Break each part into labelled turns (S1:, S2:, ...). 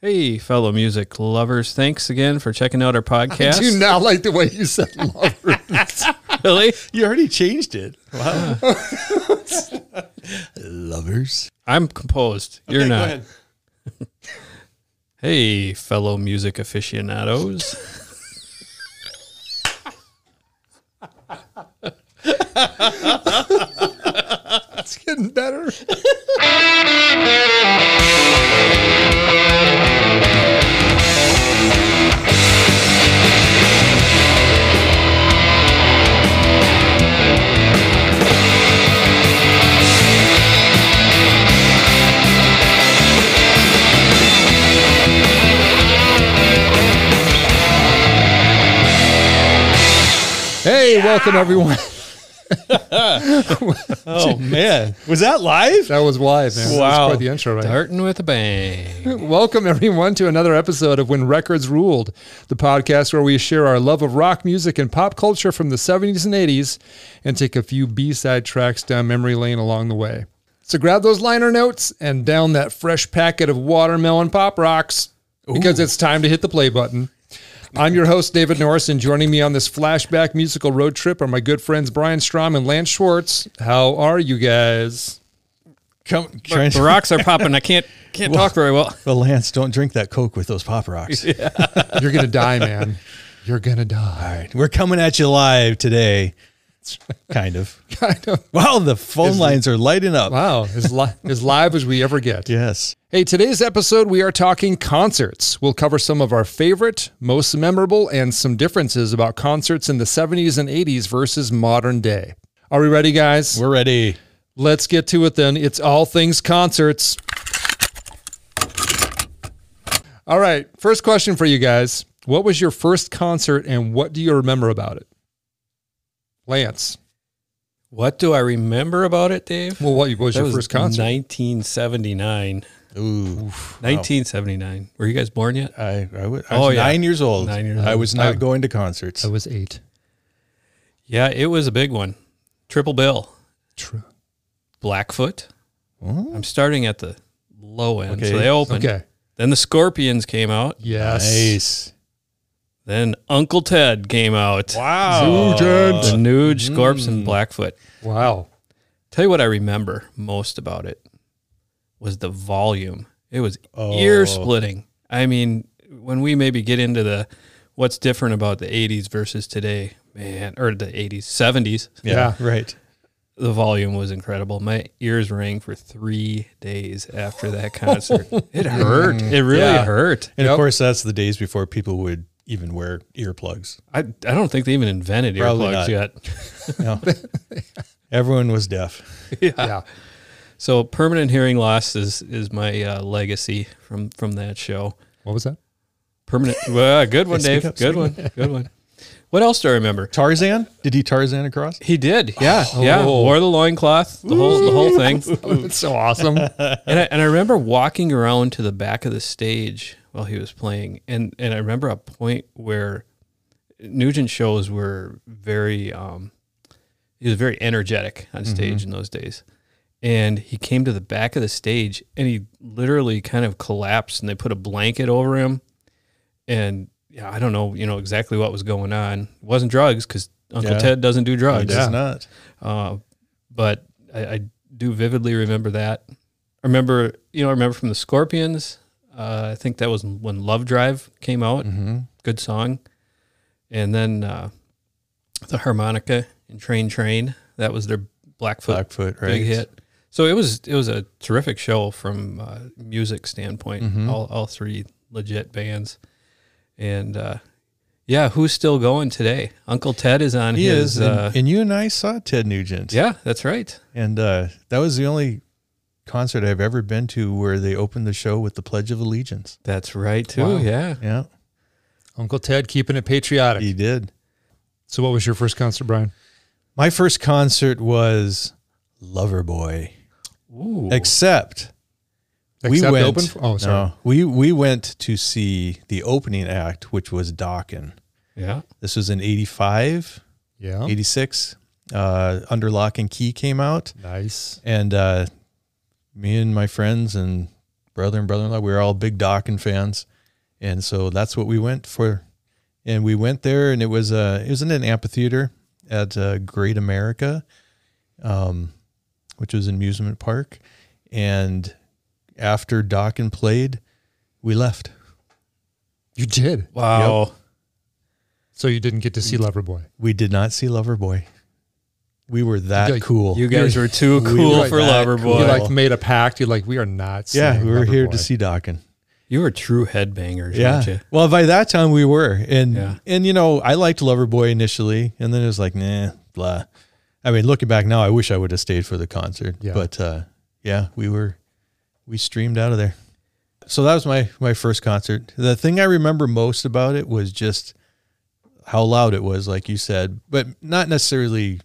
S1: Hey, fellow music lovers. Thanks again for checking out our podcast.
S2: Do not like the way you said lover.
S1: Really?
S2: you already changed it. Wow. Lovers.
S1: I'm composed. You're
S2: Okay, go
S1: not.
S2: ahead.
S1: Hey, fellow music aficionados.
S2: It's getting better. Hey, welcome everyone.
S3: Oh man, was that live?
S2: That was live, man. That was
S3: Wow.
S2: quite the intro, right?
S1: Starting with a bang.
S2: Welcome, everyone, to another episode of When Records Ruled, the podcast where we share our love of rock music and pop culture from the 70s and 80s and take a few B side tracks down memory lane along the way. So grab those liner notes and down that fresh packet of watermelon pop rocks because it's time to hit the play button. I'm your host, David Norris, and joining me on this flashback musical road trip are my good friends Brian Strom and Lance Schwartz. How are you guys?
S3: Come, trying
S1: The
S3: to,
S1: rocks are popping. I can't can't talk very well.
S3: but Lance, don't drink that Coke with those pop rocks.
S2: You're going to die, man. You're going to die.
S3: All right, we're coming at you live today, kind of.
S2: Kind of.
S3: Wow, the phone lines are lighting up.
S2: Wow, as, li- as live as we ever get.
S3: Yes,
S2: Hey, today's episode, we are talking concerts. We'll cover some of our favorite, most memorable, and some differences about concerts in the 70s and 80s versus modern day. Are we ready, guys?
S3: we're ready.
S2: Let's get to it then. It's all things concerts. All right, first question for you guys What was your first concert and what do you remember about it? Lance.
S1: What do I remember about it, Dave?
S2: Well, what what was
S1: That
S2: your first concert?
S1: 1979.
S3: Ooh,
S1: 1979. Were you guys born yet?
S3: I, I, was, I
S1: Oh,
S3: was
S1: yeah.
S3: nine years old.
S1: Nine years
S3: I
S1: old. Oh,
S3: was not going to concerts.
S2: was eight.
S1: Yeah, it was a big one. Triple bill.
S2: True.
S1: Blackfoot.
S3: Oh.
S1: I'm starting at the low end.
S3: Okay.
S1: So they opened.
S2: Okay.
S1: Then the Scorpions came out.
S2: Yes.
S3: Nice.
S1: Then Uncle Ted came out.
S3: Wow.
S1: The Nuge,
S3: Mm-hmm.
S1: Scorps, and Blackfoot.
S2: Wow.
S1: Tell you what I remember most about it was the volume. It was
S3: Oh.
S1: ear splitting. I mean, when we maybe get into the what's different about the 80s versus today, man, or the 80s, 70s,
S3: Yeah, Right.
S1: the volume was incredible. My ears rang for three days after that concert. it hurt. It really
S2: Yeah.
S1: hurt.
S3: And
S2: Yep.
S3: of course, that's the days before people would even wear earplugs.
S1: I, I don't think they even invented
S3: Probably
S1: earplugs
S3: not.
S1: yet.
S3: No. Everyone was deaf.
S2: Yeah.
S1: So permanent hearing loss is is my uh, legacy from from that show.
S2: What was that?
S1: Permanent. Well, good one,
S3: Speak
S1: Dave.
S3: up,
S1: good
S3: speak
S1: one. Good one. What else do I remember?
S3: Tarzan? Did he Tarzan across?
S1: He did. Yeah. Yeah.
S2: Oh.
S1: Wore the loincloth, the whole the whole thing.
S2: It's so awesome.
S1: And I, and I remember walking around to the back of the stage while he was playing. And and I remember a point where Nugent shows were very um he was very energetic on stage in those days. And he came to the back of the stage and he literally kind of collapsed and they put a blanket over him. And yeah, I don't know, you know, exactly what was going on. It wasn't drugs because Uncle
S3: Yeah.
S1: Ted doesn't do
S3: He
S1: drugs.
S3: does not.
S1: Uh, but I, I do vividly remember that. I remember, you know, I remember from the Scorpions. Uh, I think that was when Love Drive came out.
S3: Mm-hmm.
S1: Good song. And then uh, the harmonica and Train Train. That was their Blackfoot,
S3: Blackfoot, right?
S1: big hit. So it was it was a terrific show from uh, music standpoint.
S3: Mm-hmm.
S1: All all three legit bands, and uh, yeah, who's still going today? Uncle Ted is on
S3: He
S1: his.
S3: is, and,
S1: uh,
S3: and you and I saw Ted Nugent.
S1: yeah, that's right.
S3: and uh, that was the only concert I've ever been to where they opened the show with the Pledge of Allegiance.
S1: That's right too.
S2: Wow.
S1: Yeah.
S3: Yeah,
S2: Uncle Ted keeping it patriotic.
S3: he did.
S2: So, what was your first concert, Brian?
S3: My first concert was Loverboy,
S1: Ooh.
S3: except
S2: Except
S3: we went.
S2: Open for- oh, sorry.
S3: no, we we went to see the opening act, which was Dawkin.
S1: yeah.
S3: This was in '85,
S2: Yeah.
S3: '86. Uh, Under Lock and Key came out.
S2: Nice.
S3: and uh, me and my friends and brother and brother in law. We were all big Dokken fans, and so that's what we went for. And we went there, and it was uh, it was in an amphitheater at uh, Great America, um, which was an amusement park. And after Dokken played, we left.
S2: You did.
S1: Wow.
S2: So you didn't get to
S3: Mm.
S2: see Loverboy.
S3: We did not see Loverboy. We were that
S2: Yeah,
S3: cool.
S1: You guys were too
S3: We
S1: cool
S3: were
S1: for
S3: that
S1: Loverboy.
S3: cool.
S2: You
S3: Well-
S2: like made a pact. You're like, we are not.
S3: yeah,
S2: seeing
S3: we were here to
S2: Loverboy."
S3: see Dokken.
S1: You were true headbangers,
S3: Yeah.
S1: weren't you?
S3: Well, by that time we were, and
S1: Yeah.
S3: and you know I liked Loverboy initially, and then it was like nah, blah. I mean, looking back now, I wish I would have stayed for the concert.
S2: Yeah.
S3: But uh, yeah, we were we streamed out of there. So that was my my first concert. The thing I remember most about it was just how loud it was, like you said, but not necessarily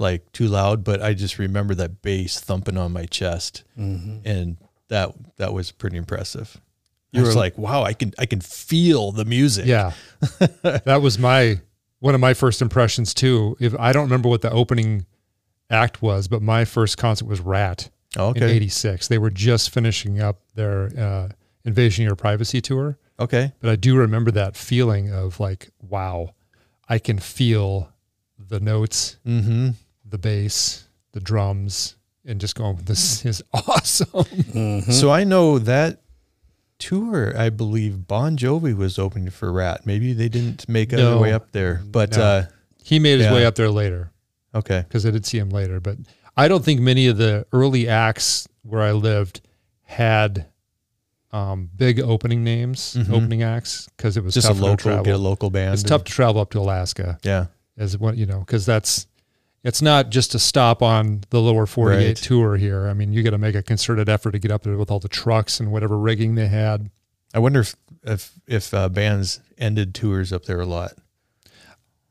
S3: like too loud. But I just remember that bass thumping on my chest,
S2: Mm-hmm.
S3: and that that was pretty impressive. You were like, wow, I can I can feel the music.
S2: Yeah, that was my one of my first impressions too. If I don't remember what the opening act was, but my first concert was Rat in
S3: Okay.
S2: '86. They were just finishing up their uh, Invasion of Your Privacy tour,
S3: Okay.
S2: but I do remember that feeling of like, wow, I can feel the notes,
S3: Mm-hmm.
S2: the bass, the drums, and just going, this is awesome.
S3: So I know that tour, I believe Bon Jovi was opening for Rat. Maybe they didn't make it their
S2: No.
S3: way up there, but
S2: No.
S3: uh,
S2: he made his
S3: Yeah.
S2: way up there later.
S3: okay.
S2: because I did see him later. But I don't think many of the early acts where I lived had um, big opening names,
S3: Mhm.
S2: opening acts, because it was
S3: Just a
S2: tough to
S3: local,
S2: travel.
S3: get a local band.
S2: it's
S3: and-
S2: tough to travel up to Alaska,
S3: Yeah.
S2: as what you know, because that's it's not just a stop on the lower 48
S3: Right.
S2: tour here. I mean, you got to make a concerted effort to get up there with all the trucks and whatever rigging they had.
S3: I wonder if if if uh, bands ended tours up there a lot,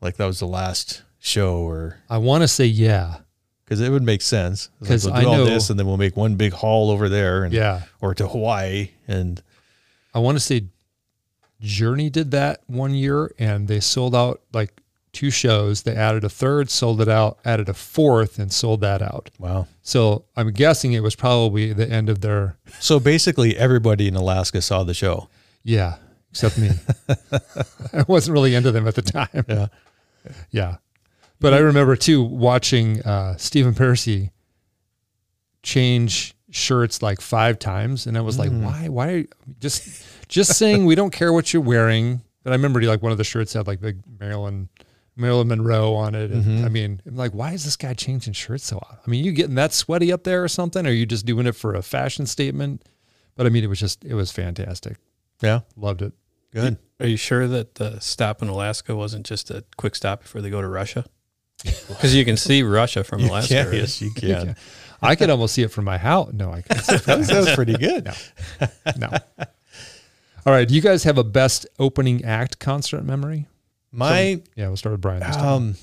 S3: like that was the last show, or
S2: I want to say, yeah,
S3: because it would make sense. It's like,
S2: 'Cause
S3: we'll do
S2: I
S3: all
S2: know-
S3: this, and then we'll make one big haul over there, and
S2: yeah.
S3: or to Hawaii, and
S2: I want to say Journey did that one year and they sold out like two shows. They added a third, sold it out, added a fourth, and sold that out.
S3: wow.
S2: So I'm guessing it was probably the end of their,
S3: So basically, everybody in Alaska saw the show.
S2: yeah, except me. I wasn't really into them at the time.
S3: Yeah.
S2: Yeah. But I remember too watching uh, Stephen Percy change shirts like five times, and I was like, "Why? Why? are you- Just, just saying we don't care what you're wearing." But I remember like one of the shirts had like big Marilyn Marilyn Monroe on it, and I mean, I'm like, "Why is this guy changing shirts so often?" I mean, you getting that sweaty up there or something? Or are you just doing it for a fashion statement? But I mean, it was just it was fantastic.
S3: Yeah.
S2: Loved it.
S3: Good.
S1: Are you sure that the stop in Alaska wasn't just a quick stop before they go to Russia? Because you can see Russia from Alaska.
S3: Yeah,
S1: right?
S3: yes, you can.
S2: I could almost see it from my house. No, I can't.
S3: that, was, that was pretty good.
S2: No. All right. Do you guys have a best opening act concert memory?
S3: My,
S2: Yeah, we'll start with Brian. This time.
S3: um,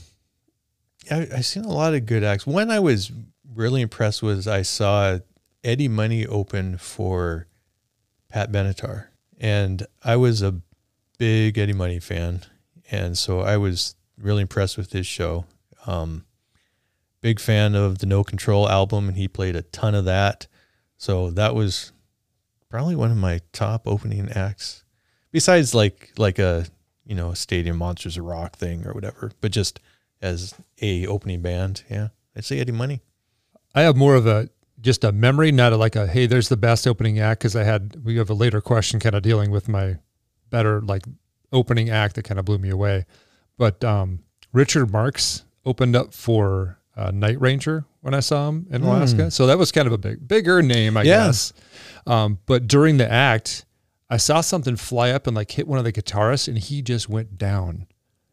S3: I, I've seen a lot of good acts. One I was really impressed was I saw Eddie Money open for Pat Benatar, and I was a big Eddie Money fan, and so I was really impressed with his show. Um, big fan of the No Control album, and he played a ton of that. So that was probably one of my top opening acts, besides like like a you know a Stadium Monsters of Rock thing or whatever, but just as a opening band. Yeah, I'd say Eddie Money.
S2: I have more of a just a memory, not a, like a hey, there's the best opening act because I had we have a later question kind of dealing with my better like opening act that kind of blew me away. But um, Richard Marks opened up for uh, Night Ranger when I saw him in Alaska, so that was kind of a big bigger name, I
S3: Yeah.
S2: guess. Um, but during the act, I saw something fly up and like hit one of the guitarists, and he just went down.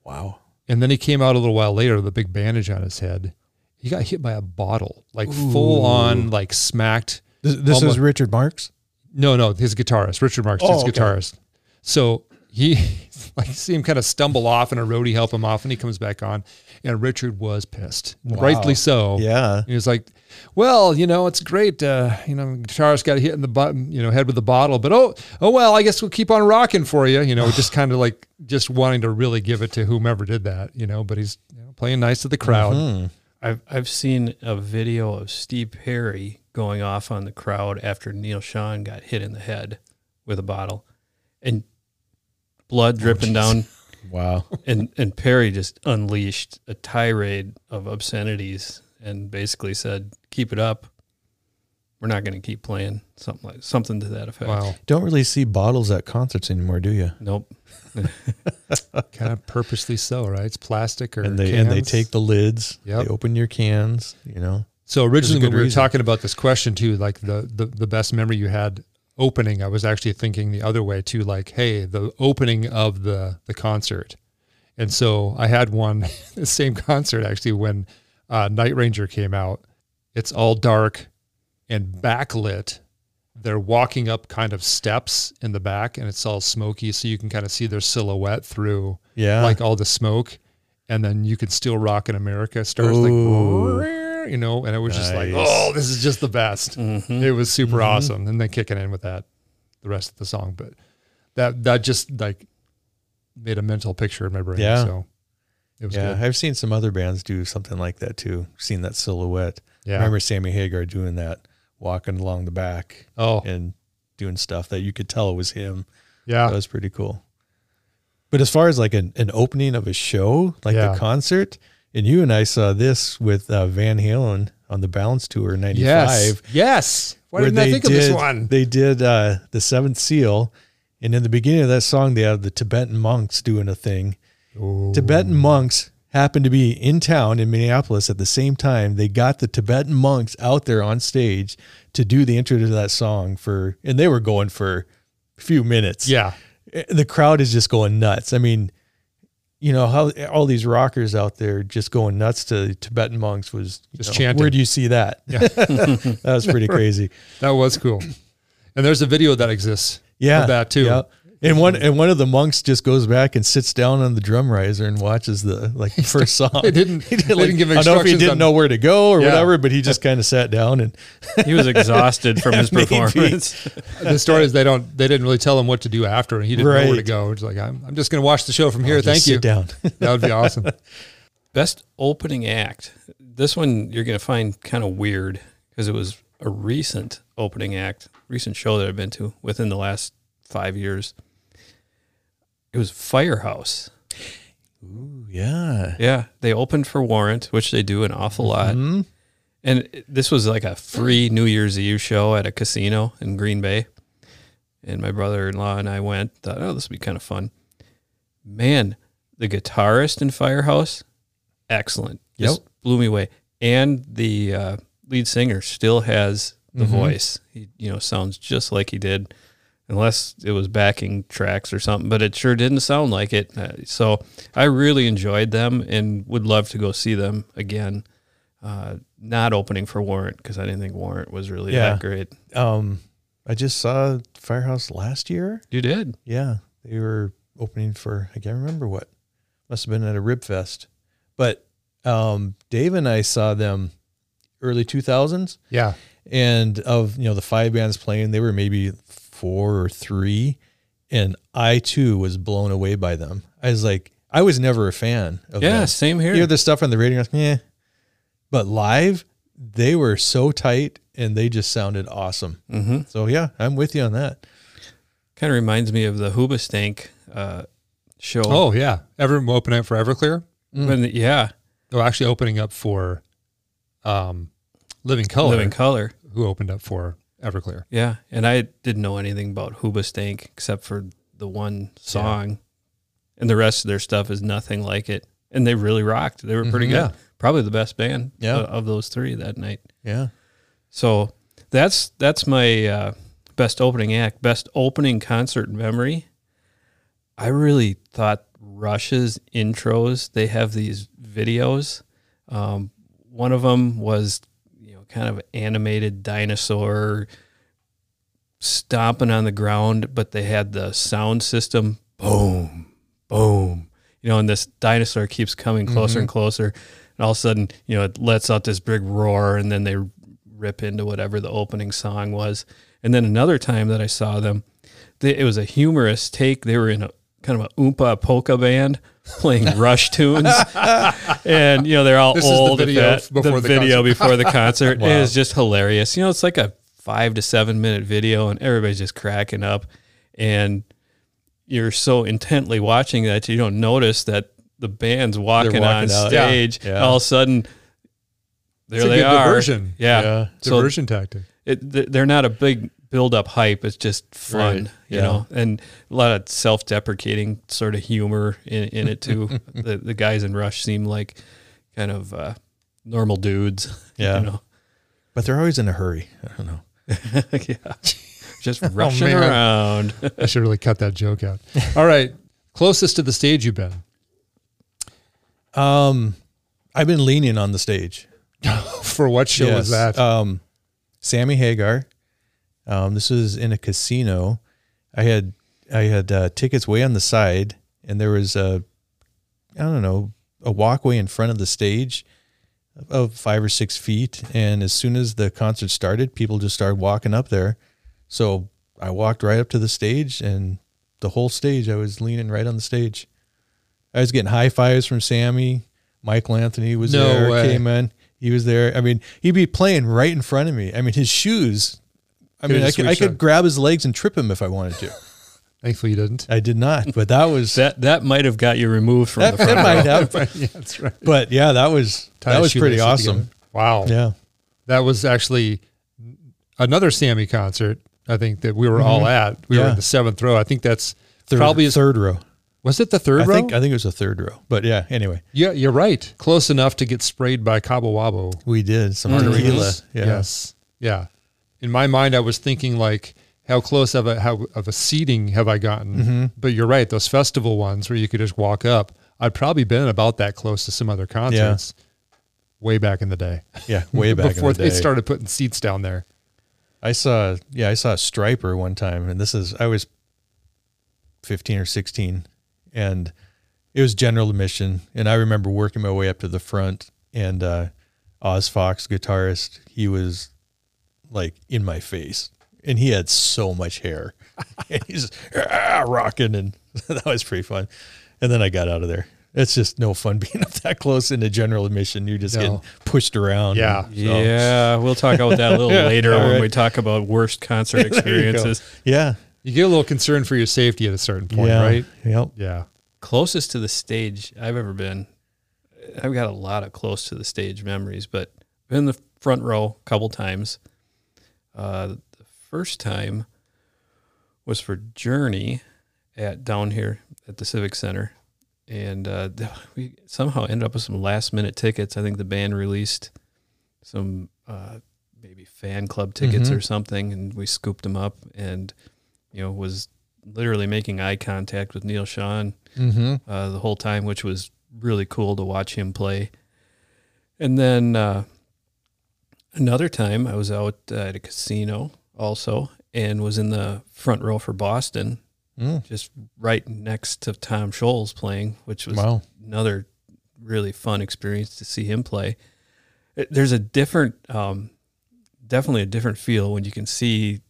S3: Wow.
S2: And then he came out a little while later with a big bandage on his head. He got hit by a bottle, like full on, like smacked.
S3: This,
S2: is Almost-
S3: Richard Marks.
S2: No, no, his guitarist, Richard Marks,
S3: Oh,
S2: his
S3: okay.
S2: guitarist. So he, like, see him kind of stumble off, and a roadie help him off, and he comes back on. And Richard was pissed, rightly so.
S3: Yeah.
S2: He was like, "Well, you know, it's great. Uh, you know, guitarist got hit in the button, you know, head with the bottle, but oh, oh well, I guess we'll keep on rocking for you. You know, just kind of like
S3: Mm-hmm.
S2: just wanting to really give it to whomever did that. You know, but he's you know, playing nice to the crowd.
S1: I've I've seen a video of Steve Perry going off on the crowd after Neil Sean got hit in the head with a bottle, and blood dripping down,
S3: Wow.
S1: and and Perry just unleashed a tirade of obscenities and basically said, "Keep it up, we're not going to keep playing." Something like something to that effect.
S2: Wow.
S3: Don't really see bottles at concerts anymore, do you?
S1: Nope.
S2: kind of purposely so, right? It's plastic or
S3: And they and they
S2: cans.
S3: take the lids.
S2: Yep.
S3: They open your cans. You know.
S2: So originally,
S3: good
S2: when we were
S3: reason.
S2: talking about this question too, like the, the the best memory you had opening, I was actually thinking the other way too, like, hey, the opening of the the concert, and so I had one the same concert actually when uh, Night Ranger came out. It's all dark and backlit. They're walking up kind of steps in the back, and it's all smoky, so you can kind of see their silhouette through
S3: Yeah.
S2: like all the smoke, and then you could still rock in America starts like,
S3: Ooh.
S2: you know, and it was just like,
S3: Nice. Mm-hmm.
S2: oh, this is just the best.
S1: Mhm.
S2: It was super awesome, and then kicking in with that, the rest of the song, but that that just like made a mental picture in my brain.
S3: Yeah.
S2: So it was
S3: yeah.
S2: good.
S3: I've seen some other bands do something like that too. Seen that silhouette.
S2: Yeah.
S3: I remember Sammy Hagar doing that, walking along the back
S2: oh
S3: and doing stuff that you could tell was him. That
S2: yeah,
S3: was pretty cool. But as far as like an, an opening of a show, like
S2: Yeah.
S3: a concert, and you and I saw this with uh, Van Halen on the Balance Tour in '95.
S2: yes, yes. Why didn't I think of this
S3: did-
S2: one?
S3: They did uh, the Seventh Seal, and in the beginning of that song, they had the Tibetan monks doing a thing. Tibetan monks happened to be in town in Minneapolis at the same time. They got the Tibetan monks out there on stage to do the intro to that song for, and they were going for a few minutes.
S2: Yeah,
S3: Eh, the crowd is just going nuts. I mean, you know how all these rockers out there just going nuts to Tibetan monks was you
S2: Just
S3: know,
S2: chanting.
S3: Where do you see that?
S2: Yeah.
S3: that was pretty crazy.
S2: that was cool. And there's a video that exists.
S3: Yeah,
S2: of that too.
S3: yeah. And one and one of the monks just goes back and sits down on the drum riser and watches the like the first song.
S2: They didn't.
S3: He
S2: they
S3: like,
S2: didn't give
S3: I don't
S2: instructions.
S3: know if he
S2: on-
S3: didn't know where to go or
S2: Yeah.
S3: whatever, but he just kind of sat down and
S1: He was exhausted from his
S3: Maybe.
S1: performance.
S2: the story is they don't they didn't really tell him what to do after and he didn't know where to
S3: Right.
S2: go it's like i'm, I'm just going to watch the show from here
S3: Just
S2: thank you
S3: Sit down.
S2: that would be awesome
S1: Best opening act. This one you're going to find kind of weird because it was a recent opening act, recent show that I've been to within the last five years. It was Firehouse.
S3: Ooh, yeah.
S1: Yeah, they opened for Warrant, which they do an awful lot. And it- this was like a free New Year's Eve show at a casino in Green Bay. And my brother in law and I went, thought, oh, this would be kind of fun. Man, the guitarist in Firehouse, excellent. Just blew me away. And the uh, lead singer still has the voice. He, you know, sounds just like he did, unless it was backing tracks or something, but it sure didn't sound like it. Uh, so I really enjoyed them and would love to go see them again. Uh, not opening for Warrant because I didn't think Warrant was really
S3: Yeah.
S1: that great.
S3: Um, I just saw Firehouse last year.
S1: You did.
S3: Yeah, they were opening for I can't remember what. Must have been at a rib fest. But um, Dave and I saw them early two thousands,
S2: yeah
S3: and of you know the five bands playing, they were maybe four or three, and I too was blown away by them. I was like, I was never a fan of
S1: Yeah,
S3: them.
S1: same here.
S3: You hear the stuff on the radio, like, yeah, but live they were so tight and they just sounded awesome.
S1: mm-hmm.
S3: So yeah, I'm with you on that.
S1: Kind of reminds me of the Hoobastank uh, show.
S2: oh yeah ever opening up for everclear
S1: When the- yeah,
S2: oh actually opening up for um living color
S1: Living Color.
S2: who opened up for everclear
S1: Yeah, and I didn't know anything about Hoobastank except for the one song, and the rest of their stuff is nothing like it. And they really rocked. They were pretty
S2: Mhm.
S1: good. Probably the best band
S3: Yeah.
S1: o- of those three that night.
S3: Yeah.
S1: So that's that's my uh, best opening act, best opening concert memory. I really thought Rush's intros. They have these videos. Um, one of them was you know kind of animated dinosaur stomping on the ground, but they had the sound system boom, boom. You know, and this dinosaur keeps coming closer
S2: Mm-hmm.
S1: and closer. And all of a sudden, you know, it lets out this big roar, and then they rip into whatever the opening song was. And then another time that I saw them, they, it was a humorous take. They were in a kind of a oompa polka band, playing Rush tunes, and you know they're all
S2: This is the
S1: old. at
S2: video
S1: that-
S2: f- before the
S1: video
S2: concert.
S1: before the concert
S3: Wow.
S1: is just hilarious. You know, it's like a five to seven minute video, and everybody's just cracking up, and you're so intently watching that you don't notice that the band's walking,
S3: walking
S1: on
S3: out.
S2: Yeah.
S1: stage.
S3: Yeah.
S1: and All of a sudden, there
S2: It's a
S1: they
S2: good
S1: are.
S2: diversion.
S1: Yeah.
S3: Yeah.
S1: So
S2: Diversion tactic.
S1: it, th- they're not a big build up hype. It's just fun,
S3: Right.
S1: you
S3: Yeah.
S1: know, and a lot of self deprecating sort of humor in, in it too. the, the guys in Rush seem like kind of uh, normal dudes,
S3: Yeah.
S1: you know,
S3: But they're always in a hurry. I don't know.
S1: yeah. just rushing
S2: man.
S1: around.
S2: I should really cut that joke out. All right. Closest to the stage you've been.
S3: Um, I've been leaning on the stage.
S2: For what show was
S3: Yes.
S2: that?
S3: Um, Sammy Hagar. Um, this was in a casino. I had I had uh, tickets way on the side, and there was a I don't know a walkway in front of the stage of five or six feet. And as soon as the concert started, people just started walking up there. So I walked right up to the stage, and the whole stage I was leaning right on the stage. I was getting high fives from Sammy. Michael Anthony was
S2: No
S3: there.
S2: way.
S3: Came in. He was there. I mean, he'd be playing right in front of me. I mean, his shoes. I
S2: Could've
S3: mean, I
S2: just
S3: could, I
S2: reached
S3: could
S2: out.
S3: grab his legs and trip him if I wanted to.
S2: Thankfully, you didn't.
S3: I did not, but that was that.
S1: That that might have got you removed from
S3: That,
S1: the front.
S3: might have,
S2: yeah, that's right.
S3: but yeah, that was
S2: Tie
S3: that
S2: a
S3: was pretty
S2: shoelace
S3: awesome.
S2: together. Wow.
S3: Yeah,
S2: That was actually another Sammy concert, I think, that we were all at. We were
S3: Mm-hmm. Yeah.
S2: in the seventh row. I think that's
S3: third,
S2: probably as
S3: third row.
S2: Was it the third
S3: I
S2: row?
S3: think uh, I think it was a third row. But yeah, anyway,
S2: yeah, you're right. Close enough to get sprayed by Cabo Wabo.
S3: we did some tequila. Yeah.
S2: Mm-hmm. Yes. Yeah. In my mind, I was thinking like, how close of a how of a seating have I gotten?
S3: Mm-hmm.
S2: But you're right. Those festival ones where you could just walk up. I'd probably been about that close to some other concerts, way back in the day,
S3: yeah, way back
S2: before
S3: in the
S2: they
S3: day.
S2: started putting seats down there.
S3: I saw yeah, I saw Striper one time, and this is I was fifteen or sixteen, and it was general admission, and I remember working my way up to the front, and uh, Oz Fox, guitarist, he was like in my face, and he had so much hair, and he's "Ah," rocking, and that was pretty fun, and then I got out of there. It's just no fun being up that close into general admission. You're just
S2: No.
S3: getting pushed around.
S2: Yeah.
S3: and so-
S1: Yeah, we'll talk about that a little later
S3: all
S1: when
S3: right.
S1: we talk about worst concert
S3: There you go.
S1: experiences.
S3: Yeah.
S2: You get a little concerned for your safety at a certain point,
S3: yeah.
S2: right?
S3: Yep.
S2: Yeah.
S1: closest to the stage I've ever been. I've got a lot of close to the stage memories, but been in the front row a couple times. Uh, the first time was for Journey at down here at the Civic Center, and uh, we somehow ended up with some last minute tickets. I think the band released some uh, maybe fan club tickets
S3: Mhm.
S1: or something, and we scooped them up, and you know was literally making eye contact with Neil Sean
S3: Mm-hmm.
S1: uh, the whole time, which was really cool to watch him play. And then uh, another time, I was out uh, at a casino also and was in the front row for Boston,
S3: Mm.
S1: just right next to Tom Scholes playing, which was
S3: Wow.
S1: another really fun experience to see him play. It- There's a different, um, definitely a different feel when you can see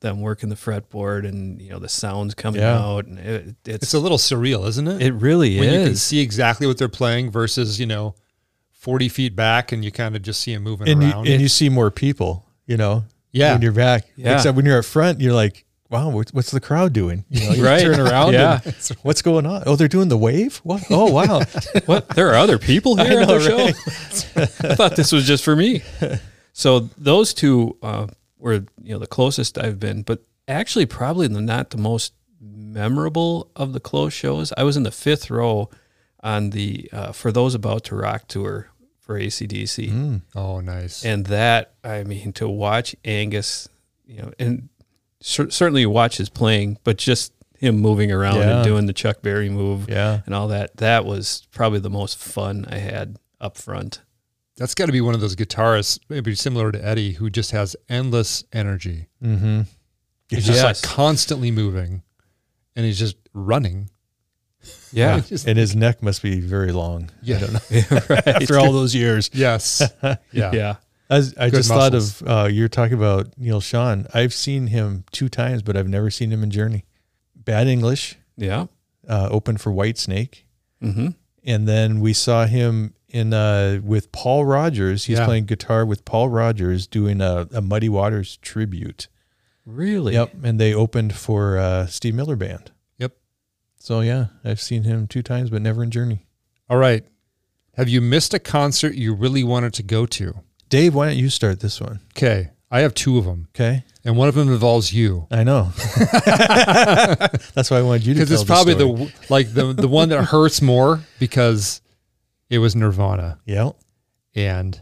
S1: them working the fretboard and you know the sounds coming
S3: Yeah.
S1: out, and it, it's
S2: It's a little surreal, isn't it?
S1: it really
S2: when you can
S1: is.
S2: see exactly what they're playing versus you know, forty feet back, and you kind of just see them moving
S3: And you,
S2: around.
S3: and you see more people, you know,
S2: yeah.
S3: when you're back.
S1: Yeah.
S3: Except when you're up front, you're like, wow, what's, what's the crowd doing? You know, you
S1: Right.
S3: turn around.
S1: Yeah.
S3: and what's going on? Oh, they're doing the wave? What? Oh, wow.
S1: what? There are other people here on
S3: know,
S1: the show. I thought this was just for me. So those two uh, were you know the closest I've been, but actually probably the, not the most memorable of the close shows. I was in the fifth row on the uh, for those about to rock tour for ACDC.
S2: oh, nice.
S1: And that, I mean, to watch Angus, you know, and cer- certainly watch his playing, but just him moving around
S3: Yeah.
S1: and doing the Chuck Berry move
S3: yeah.
S1: and all that, that was probably the most fun I had up front.
S2: That's got to be one of those guitarists, maybe similar to Eddie, who just has endless energy.
S3: Mm-hmm.
S2: He's just
S1: Yes.
S2: like constantly moving, and he's just running.
S1: Yeah.
S2: Just-
S3: And his neck must be very long.
S2: yeah.
S3: After all those years.
S2: yes. Yeah.
S1: yeah.
S3: I, was- I
S2: Good
S3: just
S2: muscles.
S3: thought of, uh, you're talking about Neil Sean. I've seen him two times, but I've never seen him in Journey. Bad English,
S1: Yeah.
S3: uh, open for White Snake.
S1: Mm-hmm.
S3: and then we saw him in uh with Paul Rogers. He's
S2: Yeah.
S3: playing guitar with Paul Rogers doing a, a Muddy Waters tribute.
S1: Really?
S3: Yep, and they opened for uh, Steve Miller Band.
S2: Yep.
S3: So yeah, I've seen him two times, but never in Journey.
S2: All right. Have you missed a concert you really wanted to go to?
S3: Dave, why don't you start this one?
S2: Okay. I have two of them,
S3: Okay,
S2: and one of them involves you.
S3: I know. That's why I wanted you to.
S2: because it's probably the, w like the the one that hurts more because it was Nirvana
S3: yeah.
S2: and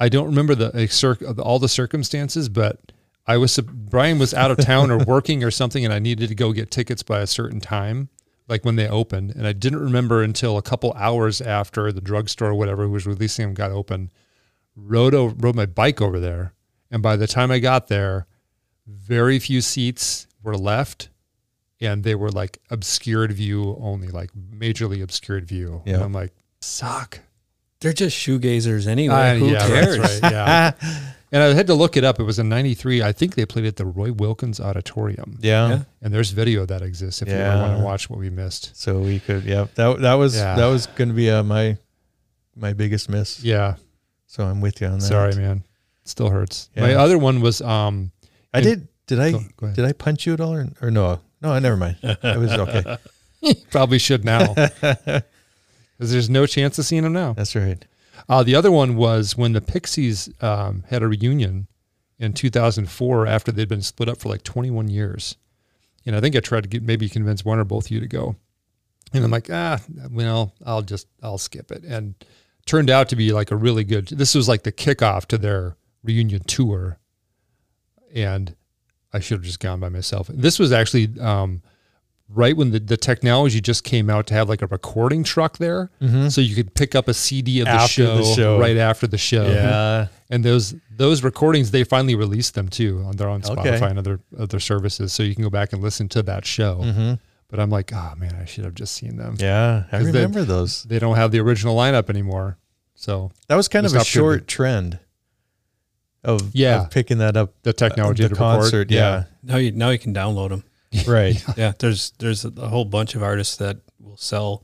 S2: I don't remember the like, cir- of all the circumstances, but I was sup- Brian was out of town or working or something, and I needed to go get tickets by a certain time, like when they opened, and I didn't remember until a couple hours after the drugstore or whatever who was releasing them got open. Rode o- rode my bike over there, and by the time I got there, very few seats were left. And they were like obscured view only, like majorly obscured view. And
S3: Yeah.
S2: I'm like, suck.
S1: They're just shoegazers anyway.
S2: Uh,
S1: Who
S2: yeah,
S1: cares?
S2: That's right, yeah. and I had to look it up. It was in 93. I think they played at the Roy Wilkins Auditorium.
S3: Yeah.
S1: Yeah.
S2: And there's video that exists if you ever want
S3: Yeah.
S2: to watch what we missed.
S3: So we could. Yeah. That that was
S2: Yeah.
S3: that was going to be uh, my my biggest miss.
S2: Yeah.
S3: So I'm with you on that.
S2: Sorry, man. Still hurts. My
S3: Yeah.
S2: other one was um
S3: I did. Did I?
S2: Go- go ahead.
S3: did I punch you at all, or, or no? No, never mind. It was okay.
S2: probably should now. Because there's no chance of seeing him now.
S3: That's right.
S2: Uh, the other one was when the Pixies um, had a reunion in 2004 after they'd been split up for like 21 years. And I think I tried to get maybe convince one or both of you to go. And I'm like, ah, well, I'll just, I'll skip it. And turned out to be like a really good, this was like the kickoff to their reunion tour. And I should have just gone by myself. This was actually um, right when the, the technology just came out to have like a recording truck there. So you could pick up a CD of the,
S3: Mm-hmm. After
S2: show,
S3: the show.
S2: right after the show.
S3: Yeah.
S2: And those those recordings, they finally released them too. On their on
S3: Okay.
S2: Spotify and other other services, so you can go back and listen to that show.
S3: hmm
S2: But I'm like, oh man, I should have just seen them.
S3: Yeah. I
S2: 'Cause they-
S3: remember those.
S2: They don't have the original lineup anymore. So
S3: That was kind
S2: It's
S3: of a
S2: not
S3: short
S2: true.
S3: trend. Of
S2: Yeah. Oh,
S3: of picking that up.
S2: the
S3: uh,
S2: technology
S3: the
S2: to
S3: concert.
S2: record,
S3: Yeah.
S1: Now you now you can download them.
S3: Right.
S1: yeah, there's there's a, a whole bunch of artists that will sell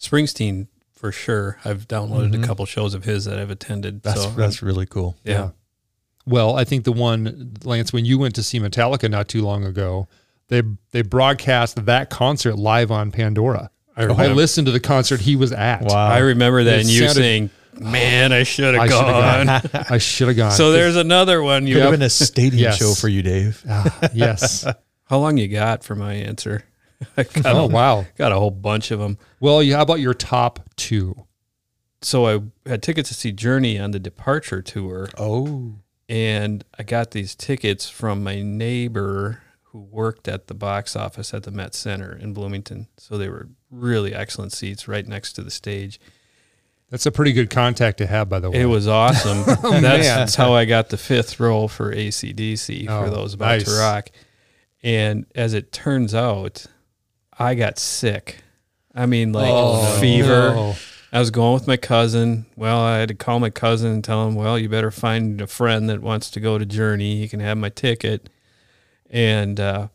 S1: Springsteen for sure. I've downloaded
S3: Mhm.
S1: a couple shows of his that I've attended.
S3: That's
S1: so
S3: that's really cool.
S1: yeah.
S2: yeah. Well, I think the one Lance, when you went to see Metallica not too long ago, they they broadcast that concert live on Pandora.
S1: I
S3: Oh,
S2: I
S1: remember,
S2: listened to the concert he was at.
S1: I remember that
S2: Um, It
S1: and you
S2: sounded-
S1: saying, "Man, I should
S2: I
S1: have
S2: should
S1: gone."
S2: have gone. I should have gone.
S1: So there's another one. You
S3: Could have been a stadium
S2: Yes.
S3: show for you, Dave.
S2: Ah, yes.
S1: how long you got for my answer? I got,
S2: oh
S1: a,
S2: wow.
S1: got a whole bunch of them.
S2: Well, you, how about your top two?
S1: So I had tickets to see Journey on the Departure tour.
S3: Oh.
S1: and I got these tickets from my neighbor who worked at the box office at the Met Center in Bloomington. So they were really excellent seats right next to the stage.
S2: That's a pretty good contact to have, by the way. Oh,
S1: It was awesome. that's,
S2: man.
S1: that's how I got the fifth roll for ACDC
S2: Oh,
S1: for those about
S2: nice.
S1: to rock. And as it turns out, I got sick. I mean, like
S2: Oh,
S1: fever.
S2: no.
S1: I was going with my cousin. Well, I had to call my cousin and tell him, well, you better find a friend that wants to go to Journey. You can have my ticket. And uh,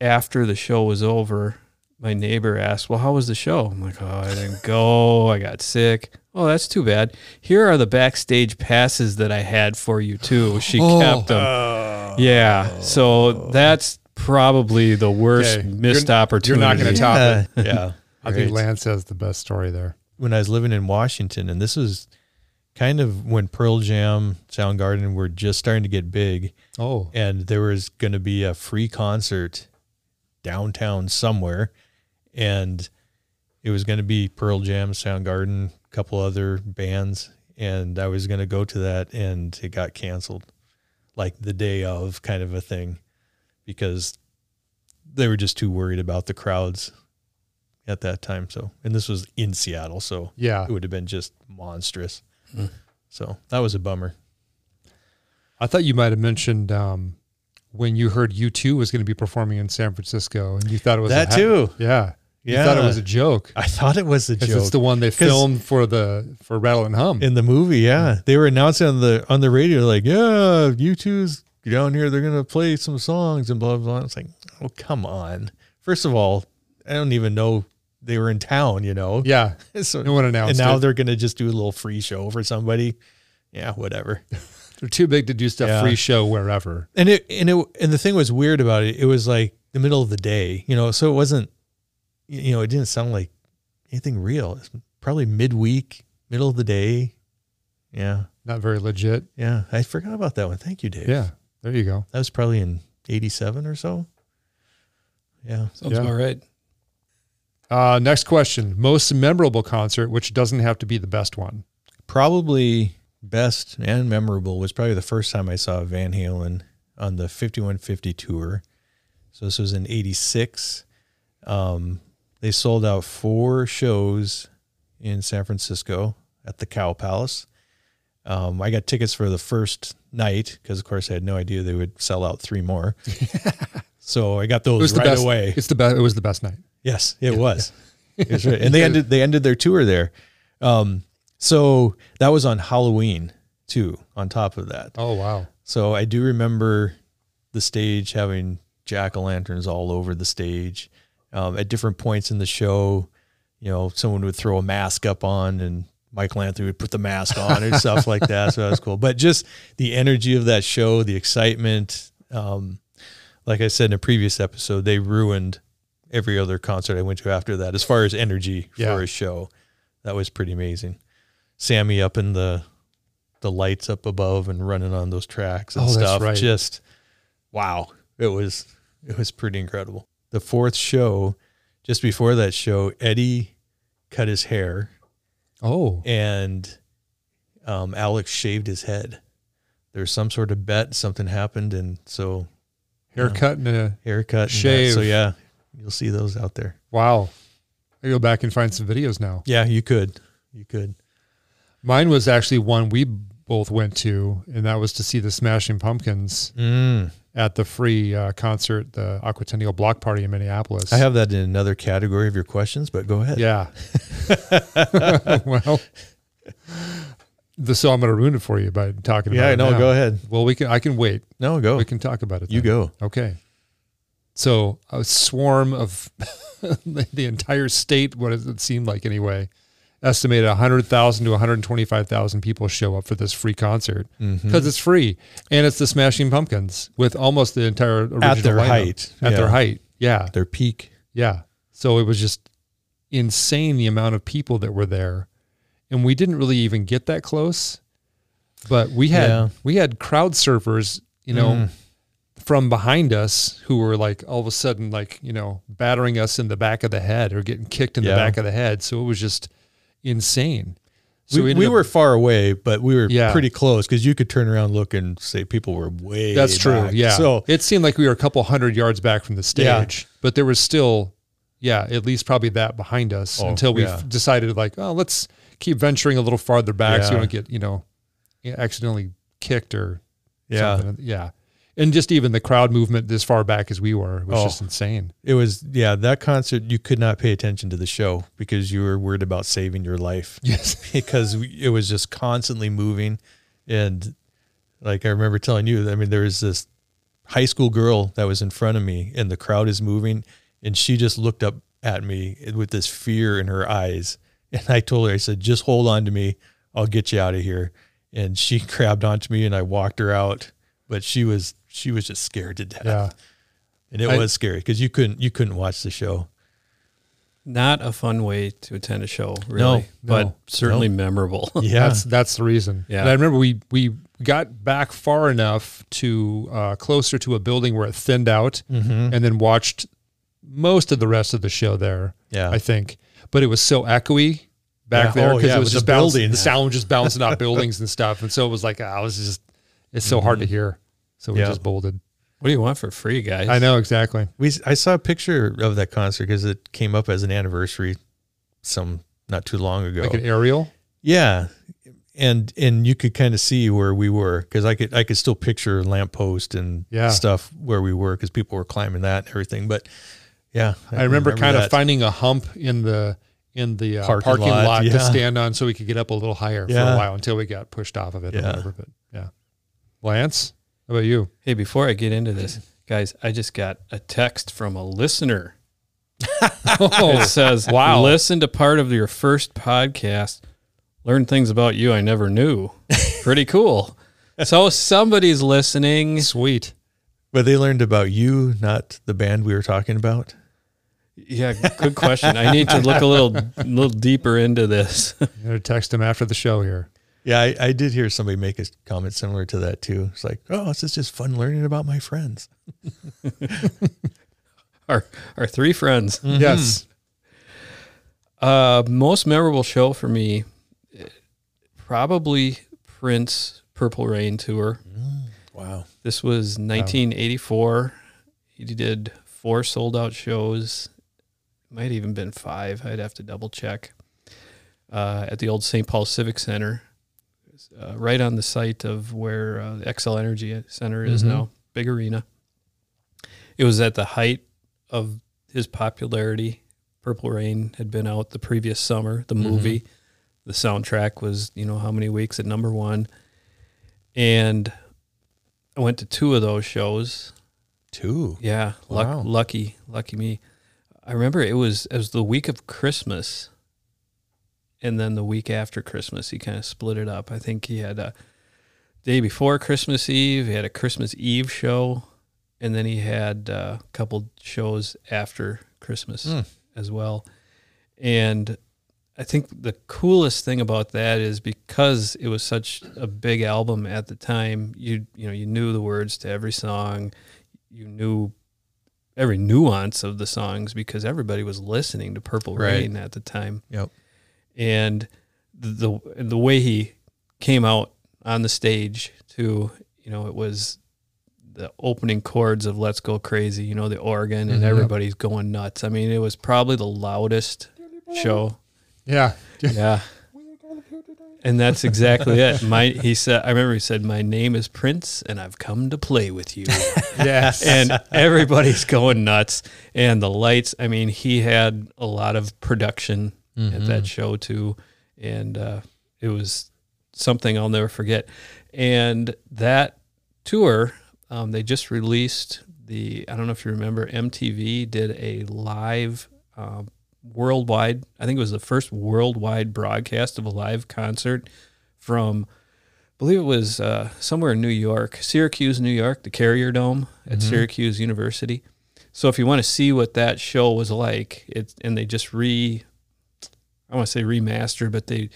S1: after the show was over, my neighbor asked, well, how was the show? I'm like, oh, I didn't go. I got sick. Oh, that's too bad. Here are the backstage passes that I had for you, too. She
S2: Oh.
S1: kept them. yeah. So that's probably the worst
S2: Okay. You're-
S1: missed
S2: you're not
S1: opportunity.
S2: gonna
S1: to
S2: top-
S3: yeah.
S2: Top
S3: Uh, yeah.
S2: I think
S3: Great.
S2: Lance has the best story there.
S3: when I was living in Washington, and this was kind of when Pearl Jam, Soundgarden were just starting to get big,
S2: Oh,
S3: and there was going to be a free concert downtown somewhere, and it was going to be Pearl Jam, Soundgarden, a couple other bands, and I was going to go to that, and it got canceled, like the day of, kind of a thing, because they were just too worried about the crowds at that time. So, and this was in Seattle, so
S2: yeah.
S3: it would have been just monstrous.
S2: Hmm.
S3: So that was a bummer.
S2: I thought you might have mentioned um, when you heard U2 was going to be performing in San Francisco, and you thought it was a
S3: That
S2: ha-
S3: too.
S2: Yeah.
S3: Yeah.
S2: You thought it was a joke.
S3: I thought it was a
S2: Because it's
S3: joke
S2: the one they
S3: 'Cause-
S2: filmed for the for Rattle and Hum.
S3: in the movie. Yeah, they were announcing on the on the radio like, "Yeah, you two's down here. They're gonna play some songs and blah blah." blah. It's like, oh come on. First of all, I don't even know they were in town, you know.
S2: Yeah.
S3: So,
S2: No one announced
S3: and now
S2: it.
S3: they're gonna just do a little free show for somebody. Yeah, whatever.
S2: They're too big to do stuff
S3: Yeah.
S2: free show wherever.
S3: And it and it and the thing was weird about it. It was like the middle of the day, you know. So it wasn't, you you know, it didn't sound like anything real. It's probably midweek, middle of the day. Yeah,
S2: Not very legit.
S3: yeah. I forgot about that one. Thank you, Dave.
S2: Yeah. There you go.
S3: that was probably in '87 or so. Yeah.
S1: Sounds
S2: Yeah.
S1: about right.
S2: Uh, next question. Most memorable concert, which doesn't have to be the best one.
S3: probably best and memorable was probably the first time I saw Van Halen on the 5150 tour. So this was in 86. Um, they sold out four shows in San Francisco at the Cow Palace. Um, I got tickets for the first night because, of course, I had no idea they would sell out three more. so I got
S2: It
S3: those
S2: was the
S3: right
S2: best.
S3: away.
S2: It's the best. It was the best night.
S3: Yes, it was. It was right. And they ended they ended their tour there. Um, so that was on Halloween too. On top of that,
S2: Oh wow.
S3: so I do remember the stage having jack o' lanterns all over the stage. Um, at different points in the show, you know, someone would throw a mask up on and Michael Anthony would put the mask on and stuff like that. So that was cool. But just the energy of that show, the excitement. Um, like I said in a previous episode, they ruined every other concert I went to after that as far as energy
S2: Yeah.
S3: for a show. That was pretty amazing. Sammy up in the the lights up above and running on those tracks and
S2: Oh, that's
S3: stuff.
S2: right.
S3: Just wow. It was it was pretty incredible. The fourth show, just before that show, Eddie cut his hair
S2: Oh.
S3: and um, Alex shaved his head. There was some sort of bet, something happened, and so
S2: Haircut and a
S3: haircut, and that.
S2: Shave.
S3: So yeah, you'll see those out there.
S2: wow. I go back and find some videos now.
S3: Yeah, you could, you could.
S2: Mine was actually one we both went to, and that was to see the Smashing Pumpkins
S3: Mm.
S2: at the free uh, concert, the Aquatennial Block Party in Minneapolis.
S3: I have that in another category of your questions, but go ahead.
S2: Yeah. well, the, so I'm going to ruin it for you by talking about
S3: yeah.
S2: it.
S3: No,
S2: now.
S3: go ahead.
S2: Well, we can. I can wait.
S3: No, go.
S2: We can talk about it.
S3: You
S2: then.
S3: go.
S2: Okay. So a swarm of the entire state, what it seemed like anyway, estimated 100,000 to 125,000 people show up for this free concert
S3: Mm-hmm.
S2: because it's free and it's the Smashing Pumpkins with almost the entire original
S3: At their
S2: lineup.
S3: height,
S2: At their
S3: yeah.
S2: height, yeah.
S3: Their peak.
S2: Yeah. So it was just insane the amount of people that were there. And we didn't really even get that close. But we had
S3: Yeah. Mm.
S2: we had crowd surfers, you know, from behind us who were like all of a sudden like, you know, battering us in the back of the head or getting kicked in
S3: Yeah.
S2: the back of the head. So it was just insane. So
S3: we,
S2: ended
S3: we
S2: up-
S3: were far away, but we were
S2: Yeah.
S3: pretty close because you could turn around, look, and say people were way.
S2: That's true.
S3: back.
S2: Yeah.
S3: So
S2: it seemed like we were a couple hundred yards back from the stage,
S3: Yeah.
S2: but there was still, yeah, at least probably that behind us
S3: Oh,
S2: until we
S3: yeah.
S2: f- decided like, oh, let's keep venturing a little farther back so you
S3: Yeah.
S2: don't get, you know, accidentally kicked or
S3: yeah,
S2: something. Yeah. And just even the crowd movement this far back as we were was
S3: Oh.
S2: just insane.
S3: it was. Yeah, that concert you could not pay attention to the show because you were worried about saving your life
S2: Yes.
S3: because we- it was just constantly moving, and like I remember telling you, I mean, there was this high school girl that was in front of me, and the crowd is moving, and she just looked up at me with this fear in her eyes, and I told her, I said, just hold on to me, I'll get you out of here, and she grabbed onto me, and I walked her out, but she was she was just scared to death,
S2: Yeah.
S3: and it
S2: I-
S3: was scary because you couldn't you couldn't watch the show.
S1: Not a fun way to attend a show, really. but
S2: no,
S1: certainly memorable.
S3: Yeah,
S2: That's that's the reason.
S1: Yeah.
S2: And I remember we we got back far enough to uh, closer to a building where it thinned out,
S3: Mm-hmm.
S2: and then watched most of the rest of the show there.
S3: Yeah.
S2: I think, but it was so echoey back
S3: Yeah.
S2: there
S3: Oh,
S2: because
S3: yeah,
S2: it
S3: it
S2: was
S3: was
S2: just
S3: the
S2: bouncing.
S3: building.
S2: The sound was just bouncing off buildings and stuff, and so it was like ah, I was just it's so hard to hear. So we
S3: Mm-hmm. Yeah.
S2: just bolted.
S1: What do you want for free, guys?
S2: I know exactly.
S3: We I saw a picture of that concert because it came up as an anniversary, some not too long ago.
S2: Like an aerial.
S3: yeah, and and you could kind of see where we were because I could I could still picture lamppost and
S2: Yeah.
S3: stuff where we were because people were climbing that and everything. But yeah,
S2: I remember, kind
S3: that.
S2: of finding a hump in the in the uh, parking,
S3: Parking
S2: lot,
S3: lot,
S2: to
S3: yeah.
S2: stand on so we could get up a little higher for a
S3: Yeah.
S2: while until we got pushed off of it or
S3: Yeah.
S2: whatever. But yeah. Lance, how about you?
S1: Hey, before I get into this, guys, I just got a text from a listener It says,
S2: Oh, Wow.
S1: listen to part of your first podcast, learn things about you I never knew. Pretty cool. So somebody's listening.
S2: Sweet.
S3: But they learned about you, not the band we were talking about.
S1: Yeah, good question. I need to look a little little deeper into this.
S2: I'm going to text him after the show here.
S3: Yeah, I, I did hear somebody make a comment similar to that too. It's like, oh, this is just fun learning about my friends.
S1: Our our three friends.
S2: Yes.
S1: Uh, most memorable show for me, eh, probably Prince Purple Rain tour.
S3: Wow.
S1: This was 1984. He did four sold out shows. Might even been five. I'd have to double check. Uh, at the old St. Paul Civic Center, uh, right on the site of where uh, the XL Energy Center is now, big arena. It was at the height of his popularity. Purple Rain had been out the previous summer, the movie. The soundtrack was, you know, how many weeks at number one. And I went to two of those shows.
S3: Two.
S1: Yeah,
S3: Wow.
S1: luck, lucky, lucky me. I remember it was it was the week of Christmas, and then the week after Christmas, he kind of split it up. I think he had a day before Christmas Eve, he had a Christmas Eve show, and then he had uh, a couple shows after Christmas
S3: Hmm.
S1: as well. And I think the coolest thing about that is because it was such a big album at the time. You you know you knew the words to every song, you knew every nuance of the songs because everybody was listening to Purple
S3: Right.
S1: Rain at the time.
S3: Yep.
S1: And the the, the way he came out on the stage too, you know, it was the opening chords of Let's Go Crazy, you know, the organ
S3: Mm-hmm.
S1: and everybody's going nuts. I mean, it was probably the loudest show.
S2: Yeah.
S1: Yeah. And that's exactly it. My he said I remember he said, My name is Prince and I've come to play with you.
S2: Yes.
S1: and everybody's going nuts. And the lights, I mean, he had a lot of production at that show too. And uh, it was something I'll never forget. And that tour, um, they just released the, I don't know if you remember, MTV did a live um, worldwide, I think it was the first worldwide broadcast of a live concert from believe it was uh, somewhere in New York, Syracuse, New York, the Carrier Dome at
S3: Mm-hmm.
S1: Syracuse University. So if you want to see what that show was like, it and they just re, I want to say remaster, but they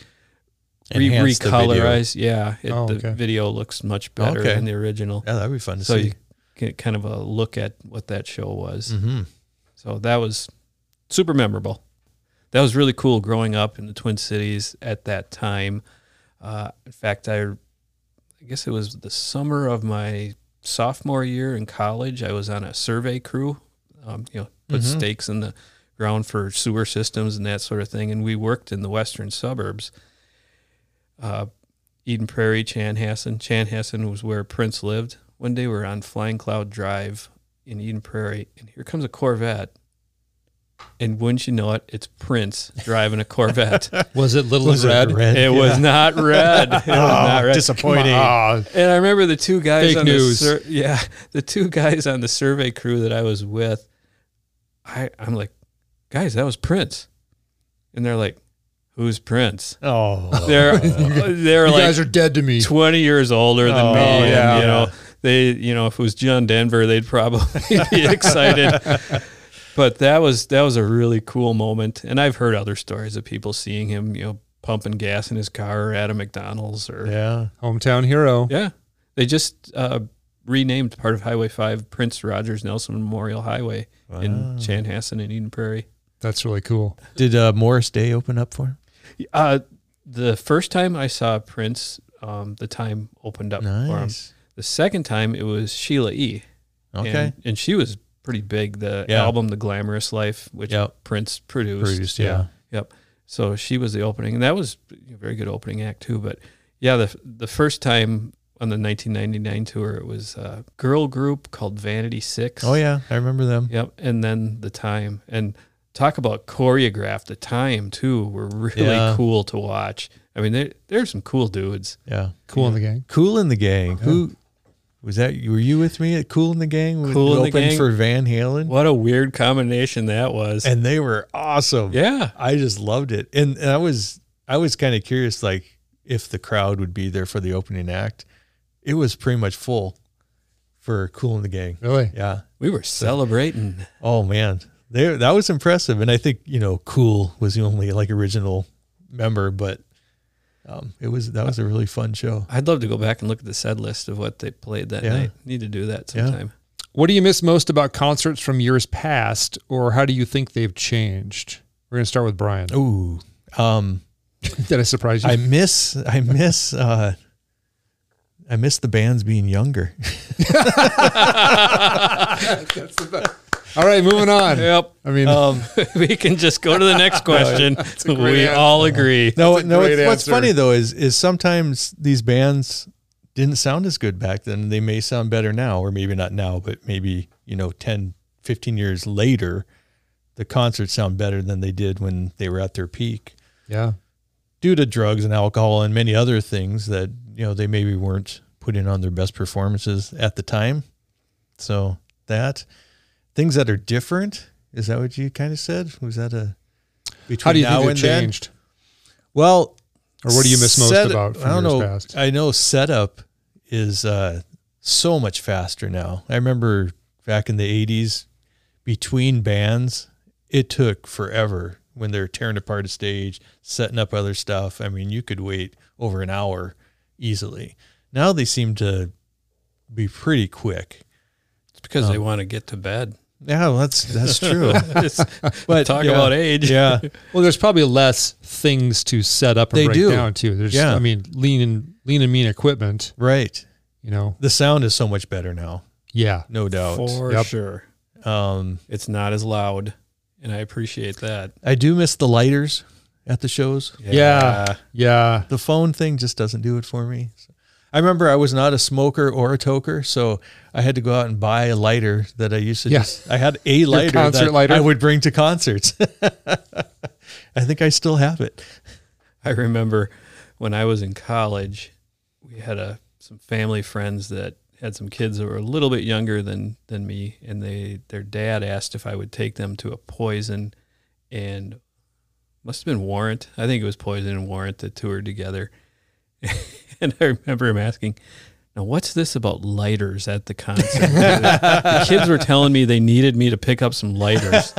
S1: re
S3: Enhance the video.
S1: recolorized. Yeah, it,
S2: Oh,
S1: the
S2: okay.
S1: video looks much better
S3: Okay.
S1: than the original.
S3: Yeah, that'd be fun to
S1: so
S3: see.
S1: you get kind of a look at what that show was.
S3: mm-hmm.
S1: So that was super memorable. That was really cool growing up in the Twin Cities at that time. Uh, in fact, I, I guess it was the summer of my sophomore year in college. I was on a survey crew, um, you know, put
S3: Mm-hmm.
S1: stakes in the ground for sewer systems and that sort of thing. And we worked in the western suburbs. Uh, Eden Prairie, Chanhassen. Chanhassen was where Prince lived. One day we were on Flying Cloud Drive in Eden Prairie, and here comes a Corvette. And wouldn't you know it, it's Prince driving a Corvette.
S2: was it Little
S3: Was it
S2: Red?
S3: red?
S1: it was not red. It was not red.
S3: disappointing.
S2: Ah,
S1: And I remember the two guys
S2: Fake
S1: on
S2: news.
S1: the sur- yeah, the two guys on the survey crew that I was with. I I'm like, guys, that was Prince, and they're like, who's Prince?
S3: Oh,
S1: They're they're
S2: you
S1: like
S2: guys are dead to me.
S1: 20 years older than
S3: Oh,
S1: me. and,
S2: yeah.
S1: you know, they, you know, if it was John Denver, they'd probably be excited. But that was that was a really cool moment, and I've heard other stories of people seeing him, you know, pumping gas in his car at a McDonald's or yeah.
S3: yeah.
S2: Hometown hero.
S1: They just uh, renamed part of Highway Five Prince Rogers Nelson Memorial Highway in Chanhassen and Eden Prairie.
S2: That's really cool.
S3: Did uh, Morris Day open up for him?
S1: Uh, the first time I saw Prince, um, the time opened up for him.
S3: Nice.
S1: The second time it was Sheila E.
S3: Okay.
S1: And, and she was pretty big. The
S3: Yeah.
S1: album, The Glamorous Life, which
S3: Yep.
S1: Prince produced.
S3: Produced, yeah.
S1: Yep. So she was the opening, and that was a very good opening act too. But yeah, the the first time on the 1999 tour, it was a girl group called Vanity Six.
S3: Oh yeah, I remember them.
S1: Yep. And then the time and talk about choreographed. The time too were really
S3: Yeah.
S1: cool to watch. I mean, there there's some cool dudes.
S3: Yeah.
S2: Cool in the gang.
S3: Cool in the gang. Who Was that were you with me at Cool in the Gang when
S1: Kool
S3: we
S1: and the
S3: opened
S1: Gang.
S3: for Van Halen?
S1: What a weird combination that was.
S3: And they were awesome.
S1: yeah.
S3: I just loved it. And, and I was I was kind of curious like if the crowd would be there for the opening act. It was pretty much full for Cool in the Gang.
S2: Really?
S3: Yeah.
S1: We were celebrating.
S3: Oh man. They that was impressive and I think, you know, Cool was the only like original member, but um, it was that was a really fun show.
S1: I'd love to go back and look at the set list of what they played that
S3: Yeah.
S1: night. Need to do that
S3: Yeah.
S1: sometime.
S2: What do you miss most about concerts from years past, or how do you think they've changed? We're going to start with Brian.
S3: Ooh. Um
S2: Did I surprise you?
S3: Oh. I miss I miss uh I miss the bands being younger.
S2: All right, moving on.
S1: Yep.
S2: I mean,
S3: Uh,
S1: we can just go to the next question.
S2: a great
S1: we
S2: answer.
S1: all agree.
S3: No,
S2: That's a
S3: no.
S2: great
S3: It's, what's
S2: answer.
S3: funny though is is sometimes these bands didn't sound as good back then. They may sound better now, or maybe not now, but maybe you know 10, 15 years later, the concerts sound better than they did when they were at their peak
S2: yeah.
S3: due to drugs and alcohol and many other things that you know they maybe weren't putting on their best performances at the time. So that things that are different is that what you kind of said? Was that a between
S2: How do you
S3: now
S2: think
S3: and
S2: they've
S3: then?
S2: changed,
S3: Well,
S2: or what do you miss most
S3: Set-
S2: about from
S3: I don't
S2: years
S3: know. Uh,
S2: past?
S3: I know setup is uh, so much faster now. I remember back in the '80s, between bands, it took forever when they're tearing apart a stage, setting up other stuff. I mean, you could wait over an hour easily. Now they seem to be pretty quick.
S1: It's because they want to get to bed.
S3: Yeah, well, that's that's true.
S1: Just
S3: But
S1: talk
S3: yeah,
S1: about age.
S3: Yeah,
S2: Well, there's probably less things to set up and
S3: They
S2: break
S3: do.
S2: down too. There's,
S3: Yeah.
S2: I mean, lean and lean and mean equipment.
S3: right.
S2: You know,
S3: The sound is so much better now,
S2: yeah.
S3: no doubt.
S1: For
S2: Yep.
S1: sure.
S3: Um,
S1: It's not as loud. And I appreciate that.
S3: I do miss the lighters at the shows.
S2: Yeah. Yeah.
S3: the phone thing just doesn't do it for me. I remember I was not a smoker or a toker, so I had to go out and buy a lighter that I used to.
S2: Yeah.
S3: Just, I had a lighter
S2: concert
S3: that
S2: lighter?
S3: I would bring to concerts. I think I still have it.
S1: I remember when I was in college, we had a some family friends that had some kids that were a little bit younger than than me, and they their dad asked if I would take them to a poison and must have been Warrant. I think it was Poison and Warrant that toured together. and I remember him asking, "Now what's this about lighters at the concert?" the kids were telling me they needed me to pick up some lighters.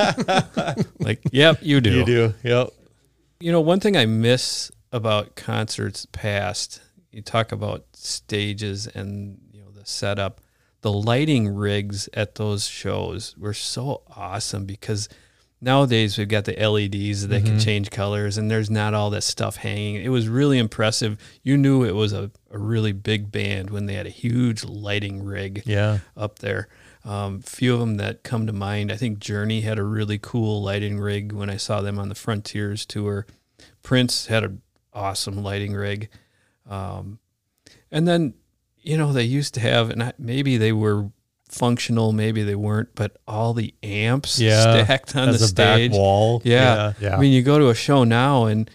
S1: like, yep, you do
S3: do, yep.
S1: you know, one thing I miss about concerts past, you talk about stages and, you know, the setup. The lighting rigs at those shows were so awesome because nowadays we've got the LEDs that can change colors and there's not all that stuff hanging. It was really impressive. You knew it was a, a really big band when they had a huge lighting rig
S3: Yeah,
S1: up there. Um, few of them that come to mind. I think Journey had a really cool lighting rig when I saw them on the Frontiers tour. Prince had an awesome lighting rig. Um, and then, you know, they used to have, and I, maybe they were functional, maybe they weren't, but all the amps
S3: Yeah,
S1: stacked on the
S3: as a
S1: stage.
S3: back wall.
S1: Yeah.
S2: Yeah.
S1: I mean, you go to a show now and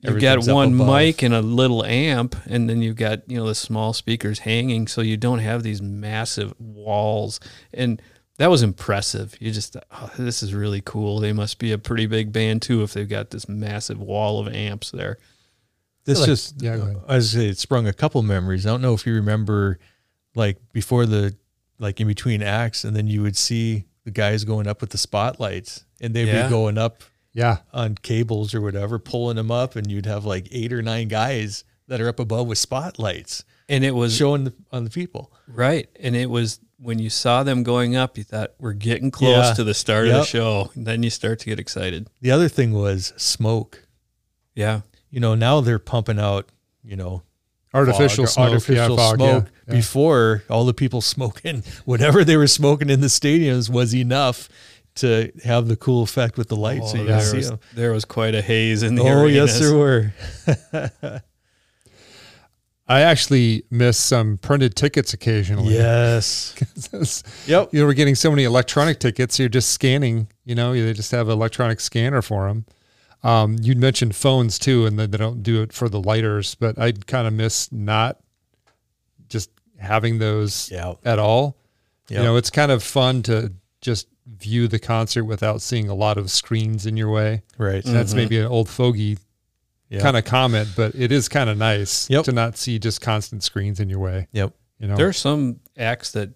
S1: you've got
S3: Everything's up
S1: one
S3: above.
S1: mic and a little amp, and then you've got, you know, the small speakers hanging. So you don't have these massive walls. And that was impressive. You just, thought, oh, this is really cool. They must be a pretty big band too if they've got this massive wall of amps there.
S3: This
S2: Like-
S3: just,
S2: yeah, go ahead.
S3: I was gonna say, it sprung a couple memories. I don't know if you remember, like before the, like in between acts, and then you would see the guys going up with the spotlights, and they'd
S1: Yeah.
S3: be going up
S2: Yeah.
S3: on cables or whatever, pulling them up, and you'd have like eight or nine guys that are up above with spotlights
S1: And it was
S3: showing the, on the people.
S1: right. And it was when you saw them going up, you thought, we're getting close
S3: Yeah.
S1: to the start of the
S3: Yep.
S1: show. And then you start to get excited.
S3: The other thing was smoke.
S1: Yeah.
S3: You know, now they're pumping out, you know,
S2: Artificial
S3: fog or
S2: smoke.
S3: artificial
S2: yeah, fog, yeah,
S3: smoke.
S2: yeah.
S3: Before all the people smoking, whatever they were smoking in the stadiums was enough to have the cool effect with the lights.
S2: Oh,
S3: so you
S1: there,
S3: can see
S1: was,
S3: them.
S1: there was quite a haze in the
S3: Oh
S1: arenas.
S3: yes, there were.
S2: I actually miss some printed tickets occasionally.
S3: Yes.
S2: Oh, yep. You know, we're getting so many electronic tickets. You're just scanning. You know, they just have an electronic scanner for them. Um, you mentioned phones too, and that they don't do it for the lighters. But I kind of miss not just having those
S3: Yeah.
S2: at all.
S3: Yeah.
S2: You know, it's kind of fun to just view the concert without seeing a lot of screens in your way.
S3: Right.
S2: That's maybe an old fogey
S3: Mm-hmm. Yeah.
S2: kind of comment, but it is kind of nice
S3: Yep.
S2: to not see just constant screens in your way.
S3: Yep.
S2: You know,
S1: There are some acts that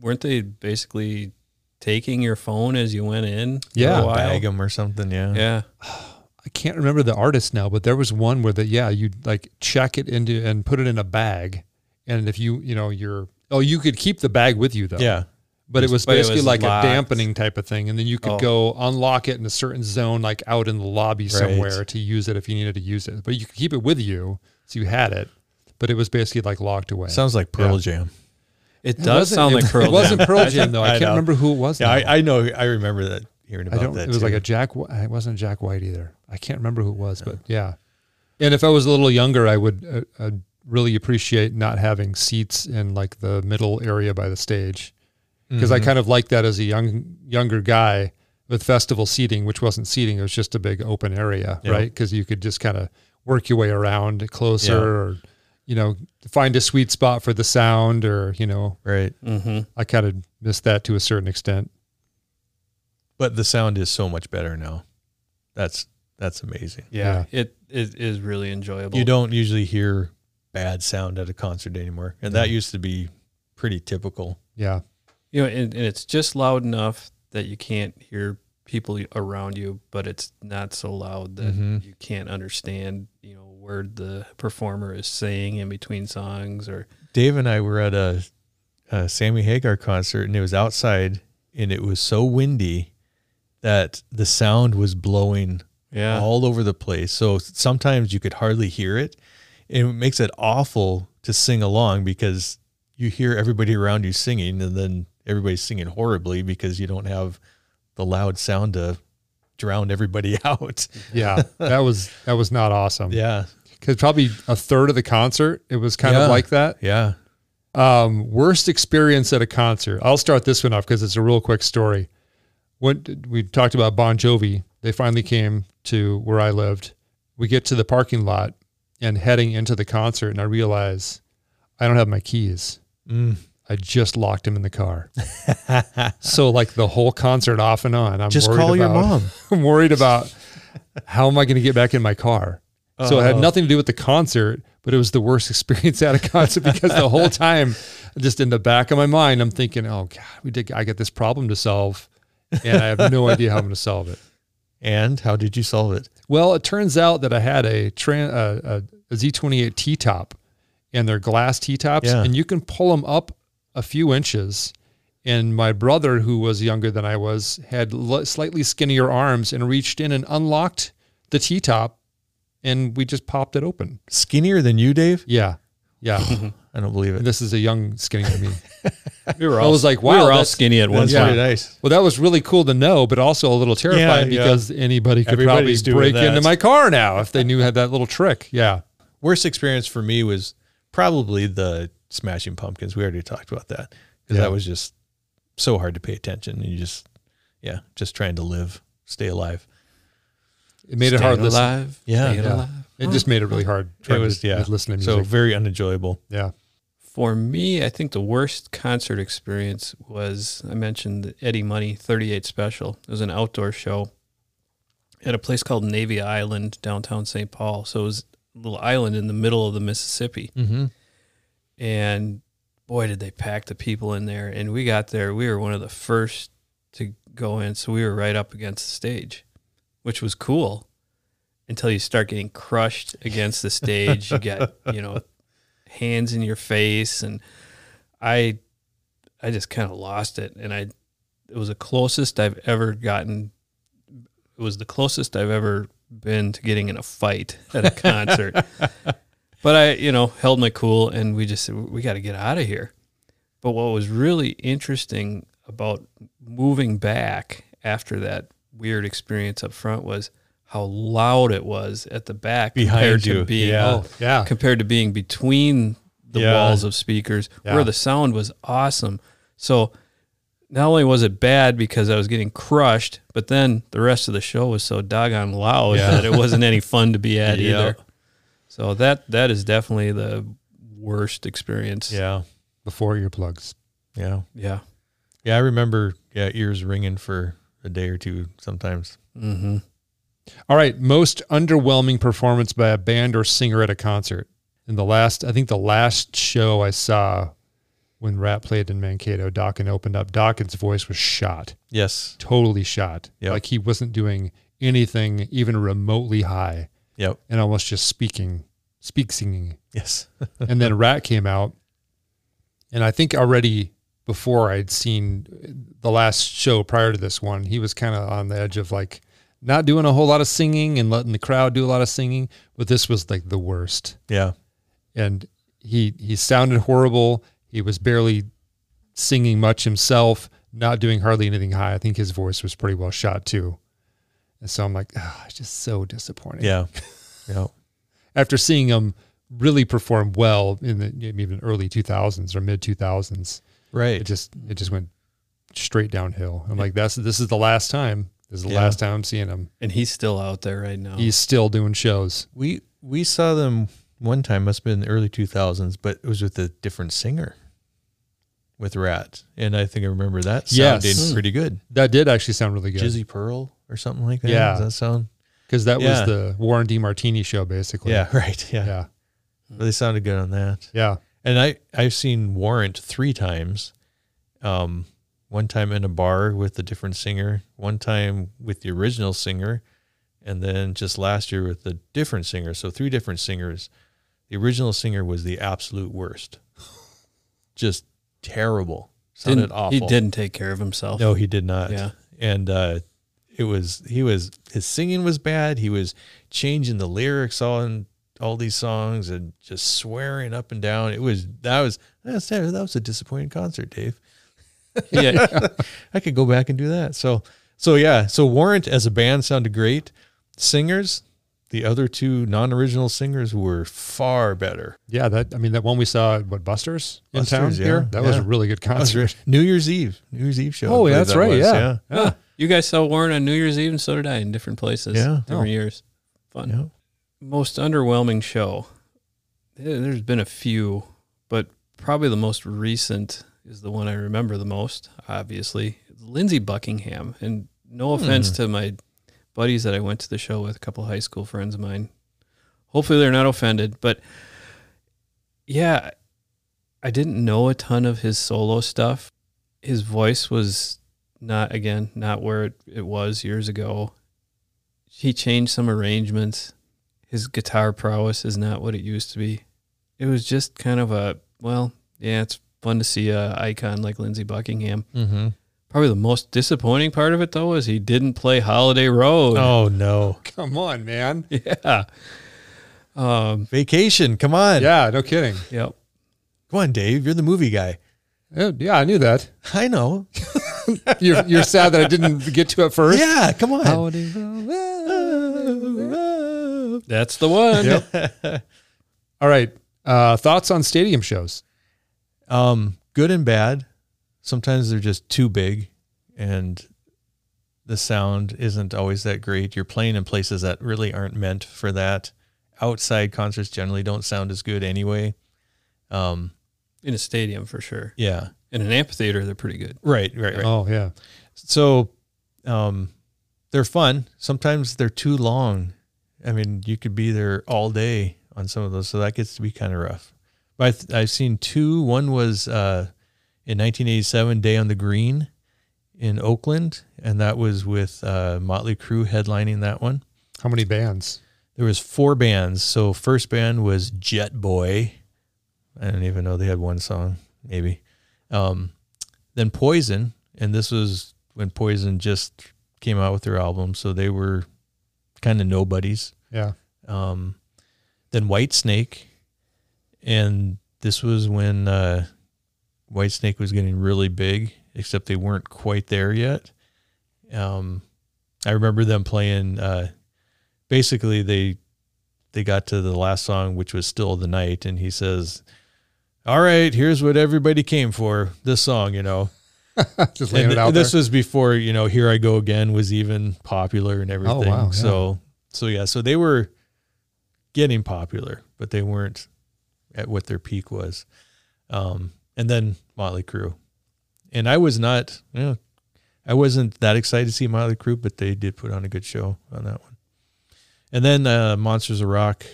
S1: weren't they basically taking your phone as you went in? for a
S2: Yeah.
S1: while?
S3: Bag 'em or something. Yeah.
S1: yeah.
S2: I can't remember the artist now, but there was one where the yeah, you like check it into and put it in a bag, and if you you know you're oh you could keep the bag with you though
S3: Yeah.
S2: but it was
S1: But it
S2: basically
S1: was
S2: like
S1: locked.
S2: a dampening type of thing and then you could
S1: Oh.
S2: go unlock it in a certain zone like out in the lobby somewhere to use it if you needed to use it but you could keep it with you so you had it but it was basically like locked away
S3: Sounds like Pearl Jam.
S1: It
S2: It
S1: does
S2: wasn't-
S1: sound
S2: it-
S1: like Pearl
S2: it wasn't
S1: Jam.
S2: Pearl Jam though
S3: I
S2: I, can't
S3: know.
S2: remember who it was
S3: Yeah.
S2: now.
S3: I, I know. I remember that hearing
S2: I
S3: about
S2: don't.
S3: that.
S2: It was like
S3: too.
S2: a Jack. It wasn't Jack White either. I can't remember who it was, but yeah. And if I was a little younger, I would uh, uh, really appreciate not having seats in like the middle area by the stage, because I kind of liked that as a young younger guy with festival seating, which wasn't seating; it was just a big open area,
S3: Yeah.
S2: right? Because you could just kind of work your way around closer,
S3: Yeah.
S2: or you know, find a sweet spot for the sound, or you know,
S3: Right.
S1: Mhm.
S2: I kind of missed that to a certain extent.
S3: But the sound is so much better now. That's that's amazing.
S1: Yeah, It, it is really enjoyable.
S3: You don't usually hear bad sound at a concert anymore. And that used to be pretty typical.
S2: Yeah,
S1: you know, and, and it's just loud enough that you can't hear people around you, but it's not so loud that
S2: Mm-hmm.
S3: Mhm.
S1: you can't understand, you know, word the performer is saying in between songs or
S3: Dave and I were at a, a Sammy Hagar concert and it was outside and it was so windy that the sound was blowing
S1: yeah.
S3: all over the place. So sometimes you could hardly hear it. And it makes it awful to sing along because you hear everybody around you singing and then everybody's singing horribly because you don't have the loud sound to drown everybody out.
S2: yeah, that was that was not awesome.
S3: Yeah.
S2: because probably a third of the concert it was kind
S3: Yeah.
S2: of like that
S3: Yeah.
S2: um, worst experience at a concert i'll start this one off because it's a real quick story when we talked about bon jovi they finally came to where i lived we get to the parking lot and heading into the concert and i realize i don't have my keys
S3: Mm.
S2: i just locked him in the car so like the whole concert off and on i'm
S3: Just
S2: worried
S3: call your
S2: about-
S3: mom.
S2: I'm worried about how am I going to get back in my car. So it had nothing to do with the concert, but it was the worst experience at a concert because the whole time, just in the back of my mind, I'm thinking, "Oh God, we did. I got this problem to solve, and I have no idea how I'm going to solve it."
S3: And how did you solve it?
S2: Well, it turns out that I had a, tran- uh, a, a Z28 T top, and they're glass T tops,
S3: Yeah.
S2: and you can pull them up a few inches. And my brother, who was younger than I was, had l- slightly skinnier arms and reached in and unlocked the T top, and we just popped it open.
S3: Skinnier than you, Dave?
S2: Yeah. Yeah.
S3: I don't believe it.
S2: this is a young, skinnier me.
S1: we were
S2: I was like,
S1: we
S2: wow.
S1: were all
S2: that's-
S1: skinny at one
S3: That's
S1: point.
S3: pretty nice.
S2: well, that was really cool to know, but also a little terrifying
S3: yeah.
S2: because anybody could
S3: Everybody's doing
S2: probably break
S3: that.
S2: into my car now if they knew had that little trick. Yeah.
S3: worst experience for me was probably the smashing pumpkins we already talked about that because
S2: Yeah.
S3: that was just so hard to pay attention and you just yeah just trying to live stay alive
S2: It made it hard to
S1: Staying
S2: listen.
S1: alive.
S3: Yeah,
S1: staying
S2: yeah.
S1: alive.
S2: It just made it really hard.
S3: it
S2: trying
S3: was
S2: to,
S3: yeah
S2: to listen to
S3: so
S2: music.
S3: very unenjoyable
S2: yeah,
S1: For me, I think the worst concert experience was I mentioned the Eddie Money 38 special. It was an outdoor show at a place called Navy Island, downtown St. Paul. So it was a little island in the middle of the Mississippi.
S3: mm-hmm.
S1: And boy, did they pack the people in there. And we got there, we were one of the first to go in. So we were right up against the stage, which was cool until you start getting crushed against the stage. you got, you know, hands in your face and I I just kind of lost it and I it was the closest I've ever gotten it was the closest I've ever been to getting in a fight at a concert. but I, you know, held my cool and we just said we got to get out of here. But what was really interesting about moving back after that weird experience up front was how loud it was at the back
S3: Behind
S1: compared
S3: you,
S1: to being
S3: yeah.
S1: oh,
S2: yeah.
S1: compared to being between the
S3: Ah. Yeah.
S1: walls of speakers
S2: Yeah.
S1: where the sound was awesome. So not only was it bad because I was getting crushed, but then the rest of the show was so doggone loud
S2: Yeah.
S1: that it wasn't any fun to be at
S3: Yeah.
S1: either. So that that is definitely the worst experience
S3: yeah
S2: before earplugs.
S3: Yeah.
S1: Yeah.
S3: Yeah. I remember yeah, ears ringing for a day or two sometimes.
S1: Mm-hmm.
S2: All right, most underwhelming performance by a band or singer at a concert. In the last, I think the last show I saw when Rat played in Mankato, Dokken opened up. Dokken's voice was shot,
S3: Yes.
S2: totally shot.
S3: Yep.
S2: Like he wasn't doing anything even remotely high
S3: Yep.
S2: and almost just speaking, speak singing.
S3: Yes.
S2: and then Rat came out, and I think already before I'd seen the last show prior to this one, he was kind of on the edge of like not doing a whole lot of singing and letting the crowd do a lot of singing, but this was like the worst.
S3: Yeah.
S2: And he he sounded horrible. He was barely singing much himself, not doing hardly anything high. I think his voice was pretty well shot too. And so I'm like, ah, it's just so disappointing
S3: Yeah. Yeah.
S2: after seeing him really perform well in the even early 2000s or mid 2000s it
S3: Right.
S2: just it just went straight downhill i'm like that's this is the last time this is the
S3: Yeah. Uh-huh.
S2: last time i'm seeing him
S1: And he's still out there right now.
S2: he's still doing shows
S3: We we saw them one time, must have been in the early two thousands, but it was with a different singer with Rat. And I think I remember that
S2: Yes.
S3: sounded pretty good.
S2: that did actually sound really good
S3: Jizzy Pearl or something like that.
S2: Yeah.
S3: Does that sound?
S2: because that
S3: Yeah.
S2: was the warren d martini show basically
S3: Yeah, right. Yeah.
S2: yeah
S3: But they sounded good on that.
S2: yeah
S3: And I I've seen Warrant three times. Um, one time in a bar with a different singer, one time with the original singer, and then just last year with a different singer. So three different singers. The original singer was the absolute worst. Just terrible. Sounded
S1: didn't,
S3: awful.
S1: He didn't take care of himself.
S3: No, he did not.
S1: Yeah.
S3: And uh, it was he was his singing was bad. He was changing the lyrics on all these songs and just swearing up and down. It was that was that's that was a disappointing concert, Dave.
S1: yeah.
S3: I could go back and do that. So so yeah. So Warrant as a band sounded great. Singers, the other two non-original singers were far better.
S2: yeah that i mean that one we saw at what busters in
S3: Buster's,
S2: town
S3: yeah.
S2: here that was a
S3: Yeah.
S2: really good concert
S3: New Year's Eve, New Year's Eve show. I
S2: oh
S3: believe
S2: yeah that's
S3: that
S2: right
S3: was,
S2: yeah. Oh,
S3: yeah.
S1: Huh. You guys saw Warren on New Year's Eve, and so did I in different places.
S3: Yeah.
S1: Different years. Fun.
S3: Yeah.
S1: Most underwhelming show. Eh, There's been a few, but probably the most recent is the one I remember the most, obviously. Lindsey Buckingham. And no offense to my buddies that I went to the show with, a couple of high school friends of mine. Hopefully they're not offended, but yeah, I didn't know a ton of his solo stuff. His voice was not again not where it, it was years ago he changed some arrangements his guitar prowess is not what it used to be it was just kind of a well yeah it's fun to see a icon like lindsey buckingham
S3: Mm-hmm.
S1: probably the most disappointing part of it though is he didn't play holiday road
S3: Oh no.
S2: come on man
S1: yeah um
S3: Vacation. Come on.
S2: yeah no kidding
S1: yep
S3: Come on, Dave. You're the movie guy.
S2: Oh, yeah i knew that
S3: I know.
S2: you're, you're sad that i didn't get to it first
S3: Yeah, come on. Oh,
S1: that's the one
S2: All right. Uh, thoughts on stadium shows?
S3: Um, good and bad. Sometimes they're just too big and the sound isn't always that great. You're playing in places that really aren't meant for that. Outside concerts generally don't sound as good anyway. Um,
S1: in a stadium for sure
S3: yeah.
S1: in an amphitheater they're pretty good
S3: Right, right, right.
S2: Oh yeah.
S3: So um, they're fun. Sometimes they're too long. I mean, you could be there all day on some of those, so that gets to be kind of rough. But I th- I've seen two. One was uh, in 1987, Day on the Green in Oakland, and that was with uh, Motley Crue headlining that one.
S2: How many bands?
S3: There was four bands. So first band was Jet Boy. I don't even know they had one song, maybe. Um, then Poison, and this was when Poison just came out with their album, so they were kind of nobodies.
S2: Yeah.
S3: Um, then White Snake, and this was when uh, White Snake was getting really big, except they weren't quite there yet. Um, I remember them playing. Uh, basically, they they got to the last song, which was still the night, and he says, "All right, here's what everybody came for. This song, you know."
S2: Just laying
S3: And
S2: it out
S3: this
S2: there.
S3: was before you know here i go again was even popular and everything
S2: Oh, wow, yeah.
S3: so so yeah so they were getting popular but they weren't at what their peak was um and then Motley Crue. And I was not, you know, I wasn't that excited to see Motley Crue, but they did put on a good show on that one. And then uh, Monsters of Rock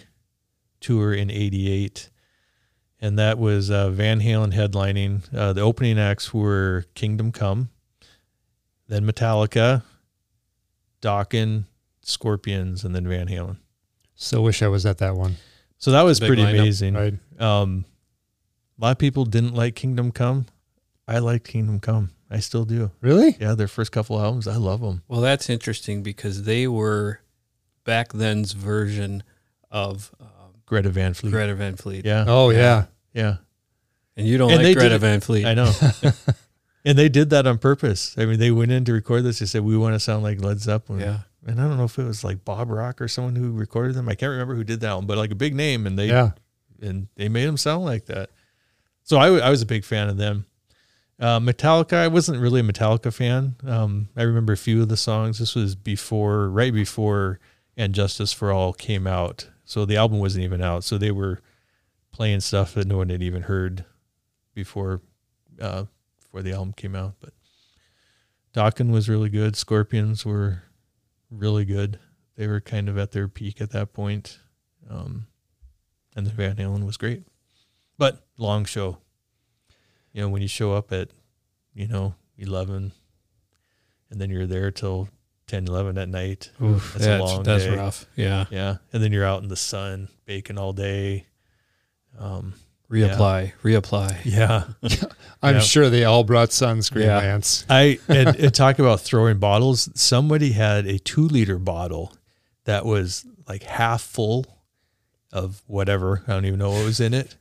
S3: tour in '88, and that was uh, Van Halen headlining. Uh, the opening acts were Kingdom Come, then Metallica, Dokken, Scorpions, and then Van Halen.
S2: So wish I was at that one.
S3: So that was
S1: Big
S3: pretty
S1: lineup,
S3: amazing.
S2: Right.
S3: Um, a lot of people didn't like Kingdom Come. I like Kingdom Come. I still do.
S2: Really?
S3: Yeah, their first couple albums, I love them.
S1: Well, that's interesting because they were back then's version of um,
S3: Greta Van Fleet.
S1: Greta Van Fleet.
S3: Hmm. Yeah,
S2: Oh yeah.
S3: yeah,
S1: And you don't
S3: And they
S1: like
S3: did
S1: Greta
S3: it-
S1: Van Fleet.
S3: I know. and they did that on purpose. I mean, they went in to record this. They said we want to sound like Led Zeppelin.
S1: Yeah.
S3: And I don't know if it was like Bob Rock or someone who recorded them. I can't remember who did that one, but like a big name, and they
S2: Yeah.
S3: and they made them sound like that. So I, w- I was a big fan of them. Uh, Metallica, I wasn't really a Metallica fan. Um, I remember a few of the songs. This was before, right before, and Justice for All came out. So the album wasn't even out. So they were playing stuff that no one had even heard before, uh, before the album came out. But Dokken was really good. Scorpions were really good. They were kind of at their peak at that point. Um, and the Van Halen was great. But long show. You know, when you show up at, you know, 11 and then you're there till 10, 11 at night.
S1: Oof,
S3: That's
S1: that's
S3: a long
S1: that's
S3: day.
S1: rough. Yeah.
S3: Yeah. And then you're out in the sun baking all day. Um,
S1: Reapply. Reapply.
S3: yeah.
S2: I'm
S3: Yeah.
S2: sure they all brought sunscreen,
S1: Yeah.
S2: Lance.
S3: I and, and talk about throwing bottles. Somebody had a two liter bottle that was like half full of whatever. I don't even know what was in it.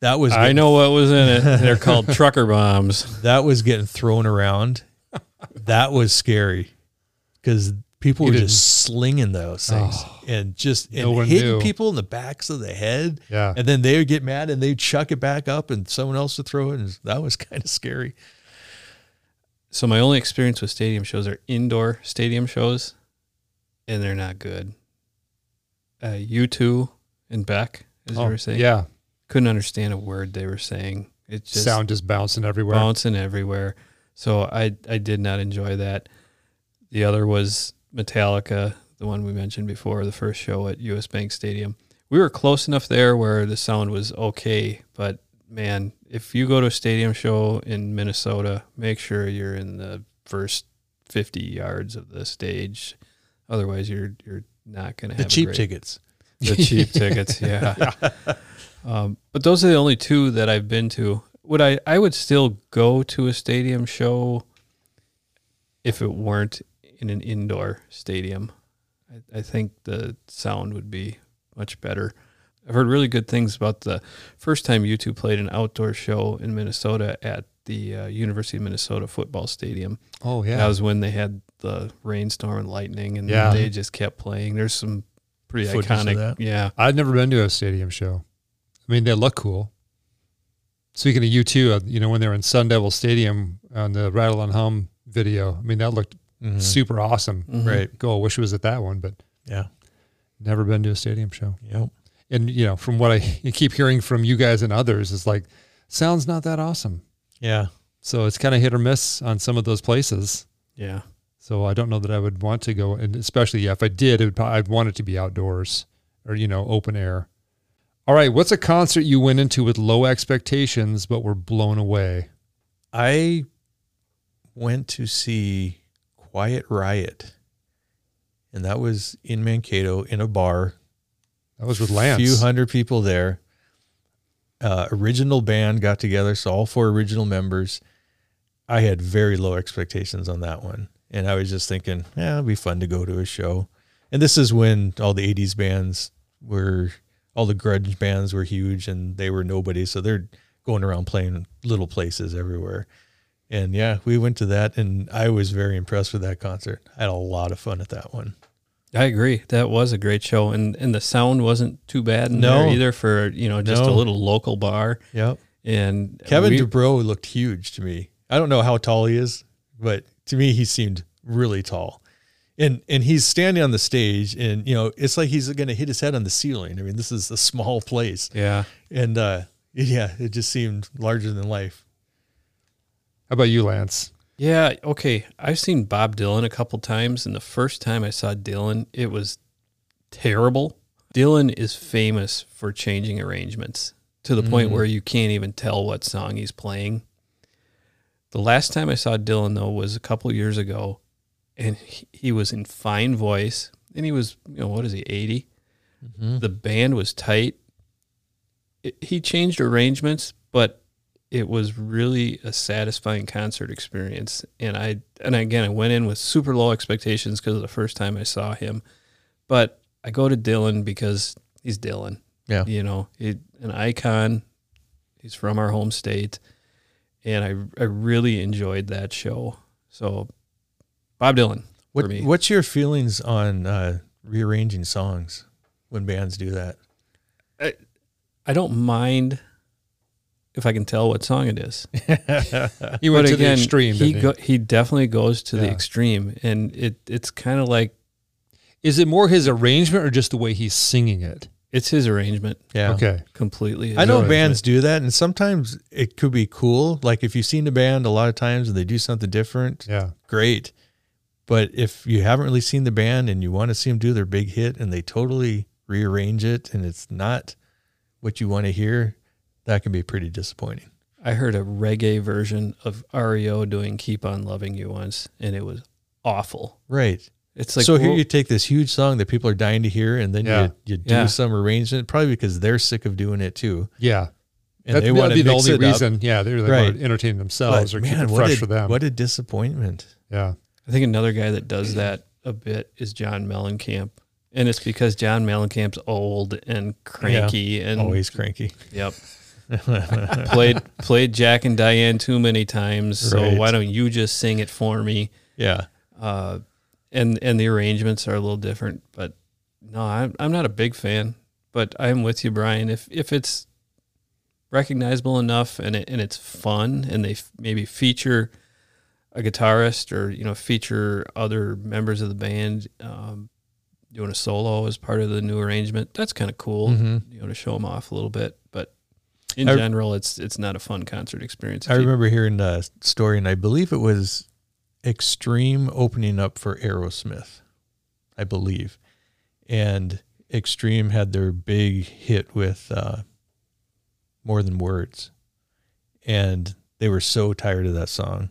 S3: That was
S1: I know what was in it. They're called trucker bombs.
S3: that was getting thrown around. that was scary because people
S2: You
S3: were
S2: didn't- Oh.
S3: just slinging those things and just and
S2: No one
S3: hitting
S2: knew.
S3: people in the backs of the head.
S2: Yeah.
S3: And then they would get mad and they'd chuck it back up and someone else would throw it. And that was kind of scary.
S1: So my only experience with stadium shows are indoor stadium shows, and they're not good. Uh, you two and Beck, as
S3: Oh,
S1: you were saying,
S2: Oh, yeah.
S1: couldn't understand a word they were saying. It just
S2: Sound just bouncing everywhere.
S1: bouncing everywhere. So I I did not enjoy that. The other was Metallica, the one we mentioned before, the first show at US Bank Stadium. We were close enough there where the sound was okay, but man, if you go to a stadium show in Minnesota, make sure you're in the first 50 yards of the stage. Otherwise, you're you're not going to
S3: The
S1: have
S3: cheap
S1: a great
S3: tickets.
S1: the cheap tickets yeah, Um, but those are the only two that i've been to would i i would still go to a stadium show if it weren't in an indoor stadium i, I think the sound would be much better i've heard really good things about the first time you two played an outdoor show in minnesota at the uh, university of minnesota football stadium
S2: Oh
S1: that
S2: yeah.
S1: was when they had the rainstorm and lightning and
S2: Yeah.
S1: they just kept playing there's some pretty
S3: Footage of
S1: iconic
S3: that.
S1: yeah
S2: I'd never been to a stadium show. I mean, they look cool. Speaking of you two, uh, you know when they were in Sun Devil Stadium on the Rattle and Hum video, I mean that looked
S1: Mm-hmm.
S3: Mhm.
S2: super awesome.
S1: Mhm.
S3: Right.
S2: Go, wish it was at that one, but
S3: Yeah.
S2: never been to a stadium show.
S3: Yep.
S2: And you know, from what I you keep hearing from you guys and others, it's like sounds not that awesome.
S3: Yeah.
S2: So it's kind of hit or miss on some of those places.
S1: yeah
S2: So I don't know that I would want to go, and especially yeah, if I did, it would probably, I'd want it to be outdoors or you know open air. All right, what's a concert you went into with low expectations but were blown away?
S3: I went to see Quiet Riot, and that was in Mankato in a bar.
S2: That was with
S3: A
S2: Lance.
S3: few hundred people there. Uh, original band got together, so all four original members. I had very low expectations on that one, and I was just thinking, yeah, it'd be fun to go to a show. And this is when all the '80s bands were, all the grunge bands were huge, and they were nobody, so they're going around playing little places everywhere. And yeah, we went to that, and I was very impressed with that concert. I had a lot of fun at that one.
S1: I agree. That was a great show, and and the sound wasn't too bad in
S3: No.
S1: there either for you know just
S3: No.
S1: a little local bar.
S3: Yep.
S1: And
S3: Kevin
S1: we-
S3: Dubrow looked huge to me. I don't know how tall he is, but to me he seemed really tall. And and he's standing on the stage and you know, it's like he's going to hit his head on the ceiling. I mean, this is a small place.
S1: yeah,
S3: And uh Yeah, it just seemed larger than life.
S2: How about you, Lance?
S1: Yeah, okay. I've seen Bob Dylan a couple times, and the first time I saw Dylan, it was terrible. Dylan is famous for changing arrangements to the point where you can't even tell what song he's playing. The last time I saw Dylan though was a couple years ago, and he, he was in fine voice, and he was you know what is he 80 Mm-hmm. The band was tight. It, he changed arrangements, but it was really a satisfying concert experience. And I and again I went in with super low expectations because of the first time I saw him, but I go to Dylan because he's Dylan.
S3: Yeah.
S1: you know, he, an icon. He's from our home state, and I I really enjoyed that show. So, Bob Dylan
S3: What
S1: for me.
S3: What's your feelings on uh, rearranging songs when bands do that?
S1: I don't mind if I can tell what song it is.
S2: He went to the extreme.
S1: He
S2: didn't he?
S1: go, he definitely goes to the
S3: Yeah.
S1: extreme, and it it's kind of like
S2: Is it more his arrangement or just the way he's singing it?
S1: it's his arrangement
S3: Yeah.
S2: Okay.
S1: completely. his
S3: I know
S1: arrangement.
S3: bands do that, and sometimes it could be cool. Like if you've seen a band a lot of times and they do something different,
S2: Yeah.
S3: great. But if you haven't really seen the band and you want to see them do their big hit and they totally rearrange it and it's not what you want to hear, that can be pretty disappointing.
S1: I heard a reggae version of REO doing "Keep on Loving You" once, and it was awful.
S3: Right.
S1: It's like
S3: so here
S1: well,
S3: you take this huge song that people are dying to hear and then
S2: Yeah.
S3: you, you do
S1: Yeah.
S3: some arrangement, probably because they're sick of doing it too.
S2: Yeah.
S3: And
S2: that,
S3: they
S2: would
S3: want to
S2: be the
S3: mix
S2: only
S3: it up.
S2: reason. Yeah. They really want
S3: Right.
S2: to entertain themselves
S3: But
S2: or keep
S3: man,
S2: it
S3: what
S2: fresh
S3: a,
S2: for them.
S3: what a disappointment.
S2: yeah.
S1: I think another guy that does that a bit is John Mellencamp. And it's because John Mellencamp's old and cranky and
S3: Always cranky.
S1: Yep. played played Jack and Diane too many times, so
S3: Right.
S1: why don't you just sing it for me?
S3: Yeah.
S1: Uh, and and the arrangements are a little different, but no, I'm I'm not a big fan. But I'm with you, Brian. If if it's recognizable enough and it, and it's fun, and they f- maybe feature a guitarist or you know feature other members of the band um, doing a solo as part of the new arrangement, that's kind of cool
S3: hmm
S1: you know to show them off a little bit but in
S3: I-
S1: general it's it's not a fun concert experience
S3: I
S1: If you-
S3: remember hearing a story, and I believe it was Extreme opening up for Aerosmith, I believe. And Extreme had their big hit with uh, More Than Words. And they were so tired of that song.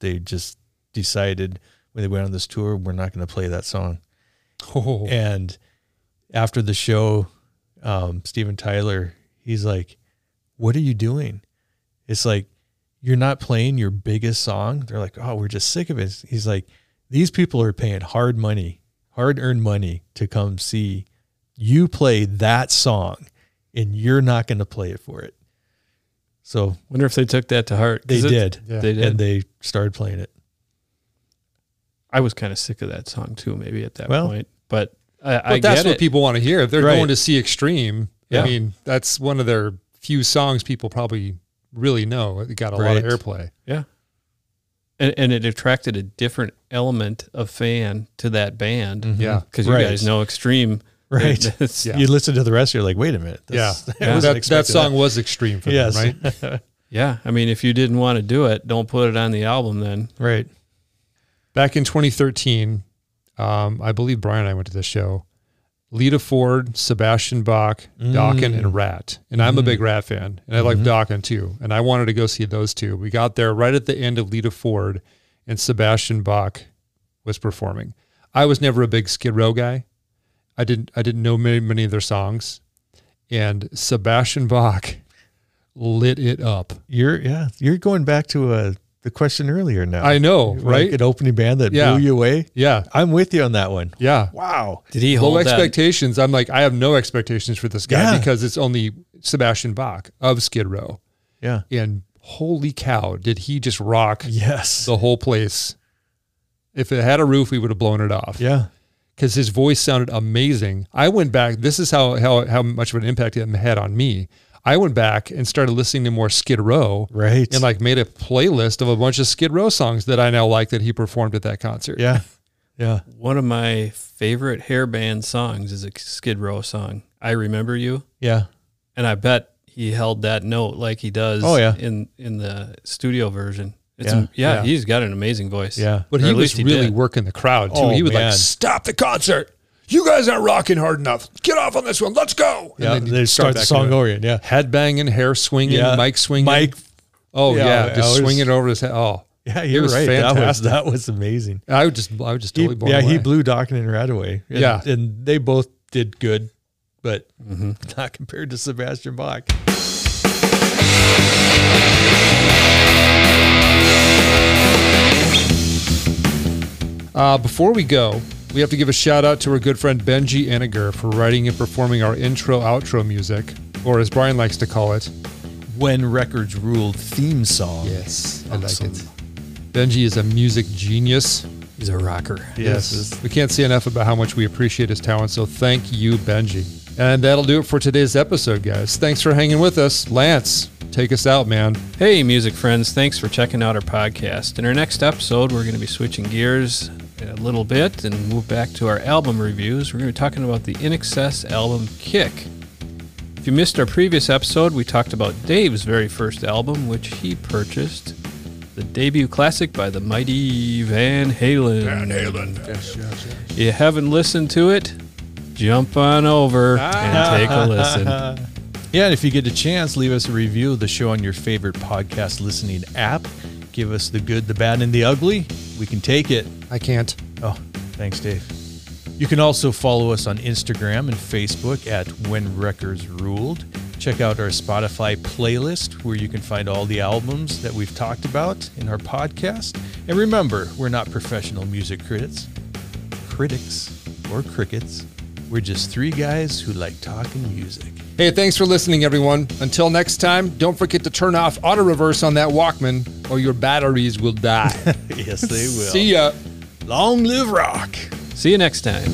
S3: They just decided when they went on this tour, we're not going to play that song.
S2: Oh.
S3: And after the show, um, Steven Tyler, he's like, What are you doing? It's like, You're not playing your biggest song. They're like, Oh, we're just sick of it. He's like, These people are paying hard money, hard earned money to come see you play that song, and you're not going to play it for it. So
S1: wonder if they took that to heart
S3: they
S1: 'cause it's-
S3: did.
S2: Yeah.
S1: they did
S3: And they started playing it.
S1: i was kind of sick of that song too maybe at that
S3: Well-
S1: point but i, I
S2: But that's
S1: get
S2: what
S1: it.
S2: people want to hear. If they're
S3: Right.
S2: going to see Extreme, I
S1: Yeah.
S2: mean, that's one of their few songs people probably really know. It got a lot of
S3: Right.
S2: airplay.
S1: yeah and, and it attracted a different element of fan to that band because
S2: Yeah.
S1: you
S3: Mm-hmm. Right.
S1: guys know extreme
S3: Right.
S1: it's-
S2: Yeah.
S3: You listen to the rest, you're like, Wait a minute.
S2: yeah.
S3: I wasn't
S2: That, that
S3: expecting
S2: song was extreme for
S3: Yes.
S2: them, right?
S1: yeah i mean if you didn't want to do it don't put it on the album then
S3: Right.
S2: Back in 2013, um, I believe Brian and I went to this show. Lita Ford, Sebastian Bach, Dokken, and Rat. And I'm a big Rat fan, and I like Dokken too. And I wanted to go see those two. We got there right at the end of Lita Ford, and Sebastian Bach was performing. I was never a big Skid Row guy. I didn't I didn't know many many of their songs, and Sebastian Bach lit it up.
S3: You're yeah, you're going back to uh, the question earlier now.
S2: I know,
S3: Like
S2: right?
S3: an opening band that
S2: Yeah.
S3: blew you away.
S2: Yeah,
S3: I'm with you on that one.
S2: yeah.
S3: Wow.
S1: did he
S2: low
S1: hold that
S2: expectations. I'm like, I have no expectations for this guy
S3: Yeah.
S2: because it's only Sebastian Bach of Skid Row.
S3: Yeah.
S2: And holy cow, did he just rock
S3: Yes.
S2: the whole place? If it had a roof, we would have blown it off
S3: Yeah.
S2: because his voice sounded amazing. I went back. This is how how how much of an impact it had on me. I went back and started listening to more Skid Row
S3: Right.
S2: and like made a playlist of a bunch of Skid Row songs that I now like that he performed at that concert.
S3: yeah. Yeah.
S1: one of my favorite hair band songs is a Skid Row song. I remember you,
S3: Yeah.
S1: and I bet he he held that note like he does
S3: Oh, yeah.
S1: in in the studio version. It's
S3: Yeah,
S1: yeah,
S2: yeah.
S1: he's got an amazing voice.
S3: Yeah.
S2: But
S1: Or
S2: he
S1: at
S2: was
S1: least he
S2: really
S1: did.
S2: working the crowd too.
S3: Oh,
S2: he would
S3: man.
S2: like stop the concert. You guys aren't rocking hard enough. Get off on this one. Let's go. And
S3: Yeah,
S2: then he'd
S3: they start the
S2: back
S3: song
S2: into it.
S3: over again. Yeah,
S2: Head banging, hair swinging,
S3: Yeah.
S2: mic swinging.
S3: Mike.
S2: Oh
S3: Yeah,
S2: yeah, just
S3: I was-
S2: swing it over his head. Oh,
S3: Yeah, you're
S2: was
S3: right.
S2: fantastic.
S3: That was that was amazing.
S2: I would just, I would just totally
S3: He-
S2: blown
S3: yeah,
S2: away.
S3: he blew Dockin right away. And,
S2: Yeah. Mm-hmm.
S3: and they both did good, but not compared to Sebastian Bach.
S2: Uh, before we go, we have to give a shout out to our good friend Benji Eniger for writing and performing our intro outro music, or as Brian likes to call it.
S3: When records ruled theme song.
S2: Yes, I
S3: Awesome.
S2: like it. Benji is a music genius.
S1: He's a rocker.
S2: Yes. We can't say enough about how much we appreciate his talent, so thank you, Benji. And that'll do it for today's episode, guys. Thanks for hanging with us. Lance, take us out, man.
S1: Hey, music friends, thanks for checking out our podcast. In our next episode, we're going to be switching gears a little bit and move back to our album reviews. We're going to be talking about the In Excess album Kick. If you missed our previous episode, we talked about Dave's very first album, which he purchased the debut classic by the mighty Van Halen. Van Halen. You haven't listened to it? Jump on over and take a listen.
S3: Yeah, and if you get a chance, leave us a review of the show on your favorite podcast listening app. Give us the good, the bad, and the ugly. We can take it.
S2: I can't.
S3: Oh, thanks, Dave. You can also follow us on Instagram and Facebook at When Records Ruled. Check out our Spotify playlist where you can find all the albums that we've talked about in our podcast. And remember, we're not professional music critics, critics or crickets. We're just three guys who like talking music.
S2: Hey, thanks for listening, everyone. Until next time, don't forget to turn off auto reverse on that Walkman, or your batteries will die.
S3: yes, they will.
S2: See ya.
S3: Long live rock.
S1: See you next time.